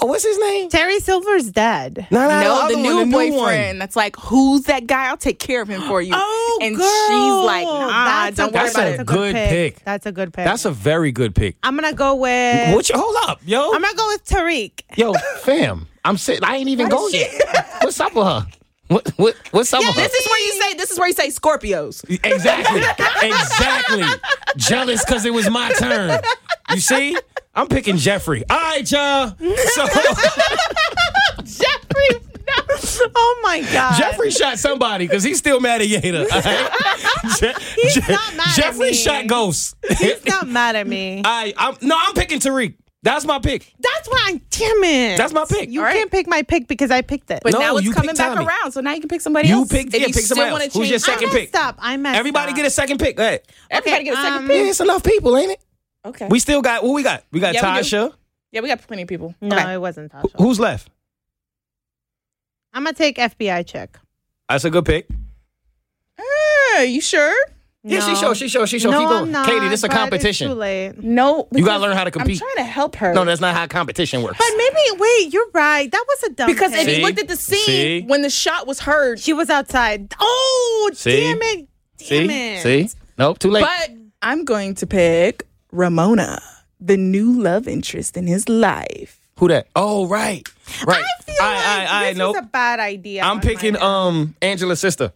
A: Oh, what's his name?
B: Terry Silver's dead.
A: No,
C: No,
A: Uh, other
C: the
A: one,
C: new
A: one.
C: boyfriend. That's like, who's that guy? I'll take care of him for you.
B: Oh,
C: and
B: girl.
C: she's like, nah,
B: That's
C: don't
B: a-
C: worry
A: that's
C: about
A: a
C: it.
A: good pick.
B: That's a good pick.
A: That's a very good pick.
B: I'm gonna go with.
A: What you hold up, yo,
B: I'm gonna go with Tariq. [laughs]
A: yo, fam. I'm sitting. I ain't even go yet.
C: [laughs]
A: What's up with her? What, what what's up with her?
C: This is where you say. This is where you say Scorpios.
A: Exactly. exactly. Jealous because it was my turn. You see? I'm picking Jeffrey. All right, y'all. So
C: [laughs]
B: Jeffrey. No. Oh my God.
A: Jeffrey shot somebody because he's still mad at
B: [laughs]
A: Yada. all right? Je-
B: He's not mad at
A: Jeffrey
B: me.
A: shot Ghost.
B: He's not mad at me.
A: [laughs] I, I'm no, I'm picking Tariq. That's my pick.
B: That's why I'm damn it.
A: That's my pick.
B: You
C: All right.
B: can't pick my pick because I picked it.
C: But
A: No,
C: now
A: you
C: it's coming
A: picked
C: back
A: Tommy.
C: around, so now you can pick somebody
A: You
C: else.
A: picked-
C: if
A: yeah,
C: you
A: pick somebody
C: still wanna
A: else. Who's
C: change-
A: your second
B: I
A: pick?
B: messed up. I messed
A: Everybody
B: up.
A: get a second pick. Hey.
C: Everybody get a second
B: um,
A: Yeah,
C: pick.
A: it's enough people, ain't it?
C: Okay.
A: We still got what we got. We got
C: Yeah, we do.
A: Tasha.
C: yeah, we got plenty of people.
B: No,
C: Okay.
B: it wasn't Tasha.
A: Who's left?
B: I'm gonna take FBI check.
A: That's a good pick.
C: Hey, you sure?
A: Yeah, she
B: No.
A: sure, she sure, she sure.
B: no,
A: Keep
B: I'm
A: going.
B: not,
A: Katie, this is a
B: but it's
A: competition.
B: too late.
C: No.
A: You gotta
C: because
A: learn how to compete.
C: I'm trying to help her.
A: No, that's not how competition works.
B: But maybe wait, you're right. That was a dumb
C: because if
B: pick.
A: See?
C: he looked at the scene
A: See?
C: when the shot was heard,
B: she was outside. Oh,
A: See?
B: damn it! Damn
A: See?
B: it!
A: See? Nope, too late.
C: but I'm going to pick Ramona, the new love interest in his life.
A: Who that? Oh, right. Right.
B: I feel
A: All right,
B: like
A: all right, all right,
B: this
A: nope.
B: was a bad idea.
A: I'm
B: on my
A: picking
B: end.
A: um Angela's sister.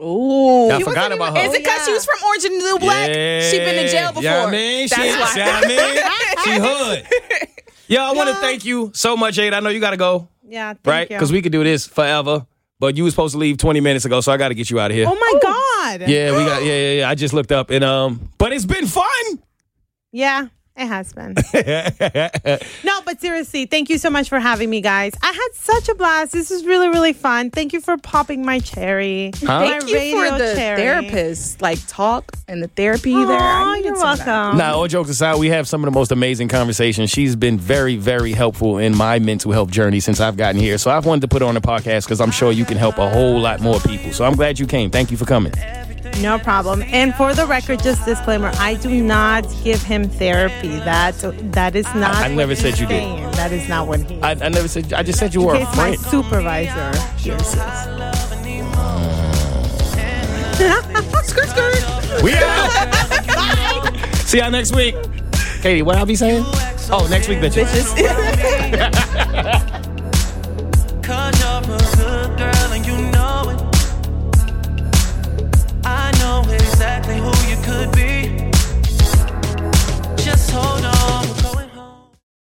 C: Ooh.
A: I forgot about her.
C: Is it because
B: Oh,
C: she was from Orange and the New Black?
A: Yeah.
C: she been in jail
A: You
C: before.
A: know what I mean? She,
C: That's why.
A: see what I mean? She hood. Yo, I want to thank you so much, Jade. I know you got to go,
B: Yeah, thank
A: right? Because we could do this forever, but you was supposed to leave 20 minutes ago, so I got to get you out of here.
B: Oh my god.
A: yeah, we got. Yeah, yeah, yeah. I just looked up and um, but it's been fun. [laughs]
B: Yeah, it has been. no, but seriously, thank you so much for having me, guys. I had such a blast. This was really, really fun. Thank you for popping my cherry.
A: Huh?
B: My
C: Thank you for
B: radio
C: the
B: cherry.
C: therapist, like talk and the therapy
B: Aw,
C: there. I needed
B: you're
C: some of that.
B: welcome.
A: Now, all jokes aside, we have some of the most amazing conversations. She's been very, very helpful in my mental health journey since I've gotten here. So I've wanted to put her on the podcast because I'm sure you can help a whole lot more people. So I'm glad you came. Thank you for coming.
B: No problem. And for the record, just disclaimer: I do not give him therapy. That that is not.
A: I never
B: what
A: said
B: he's
A: you did.
B: saying. That is not what he.
A: I, I never said. I just said you were
B: in
A: a
B: case my
A: friend.
B: supervisor [laughs] hears this.
C: Skirt, skirt.
A: We out. See y'all next week. Katie, what I'll be saying? Oh, next week, bitches.
D: Cause you're a good girl and you know it. I know exactly who you could be. Just hold on.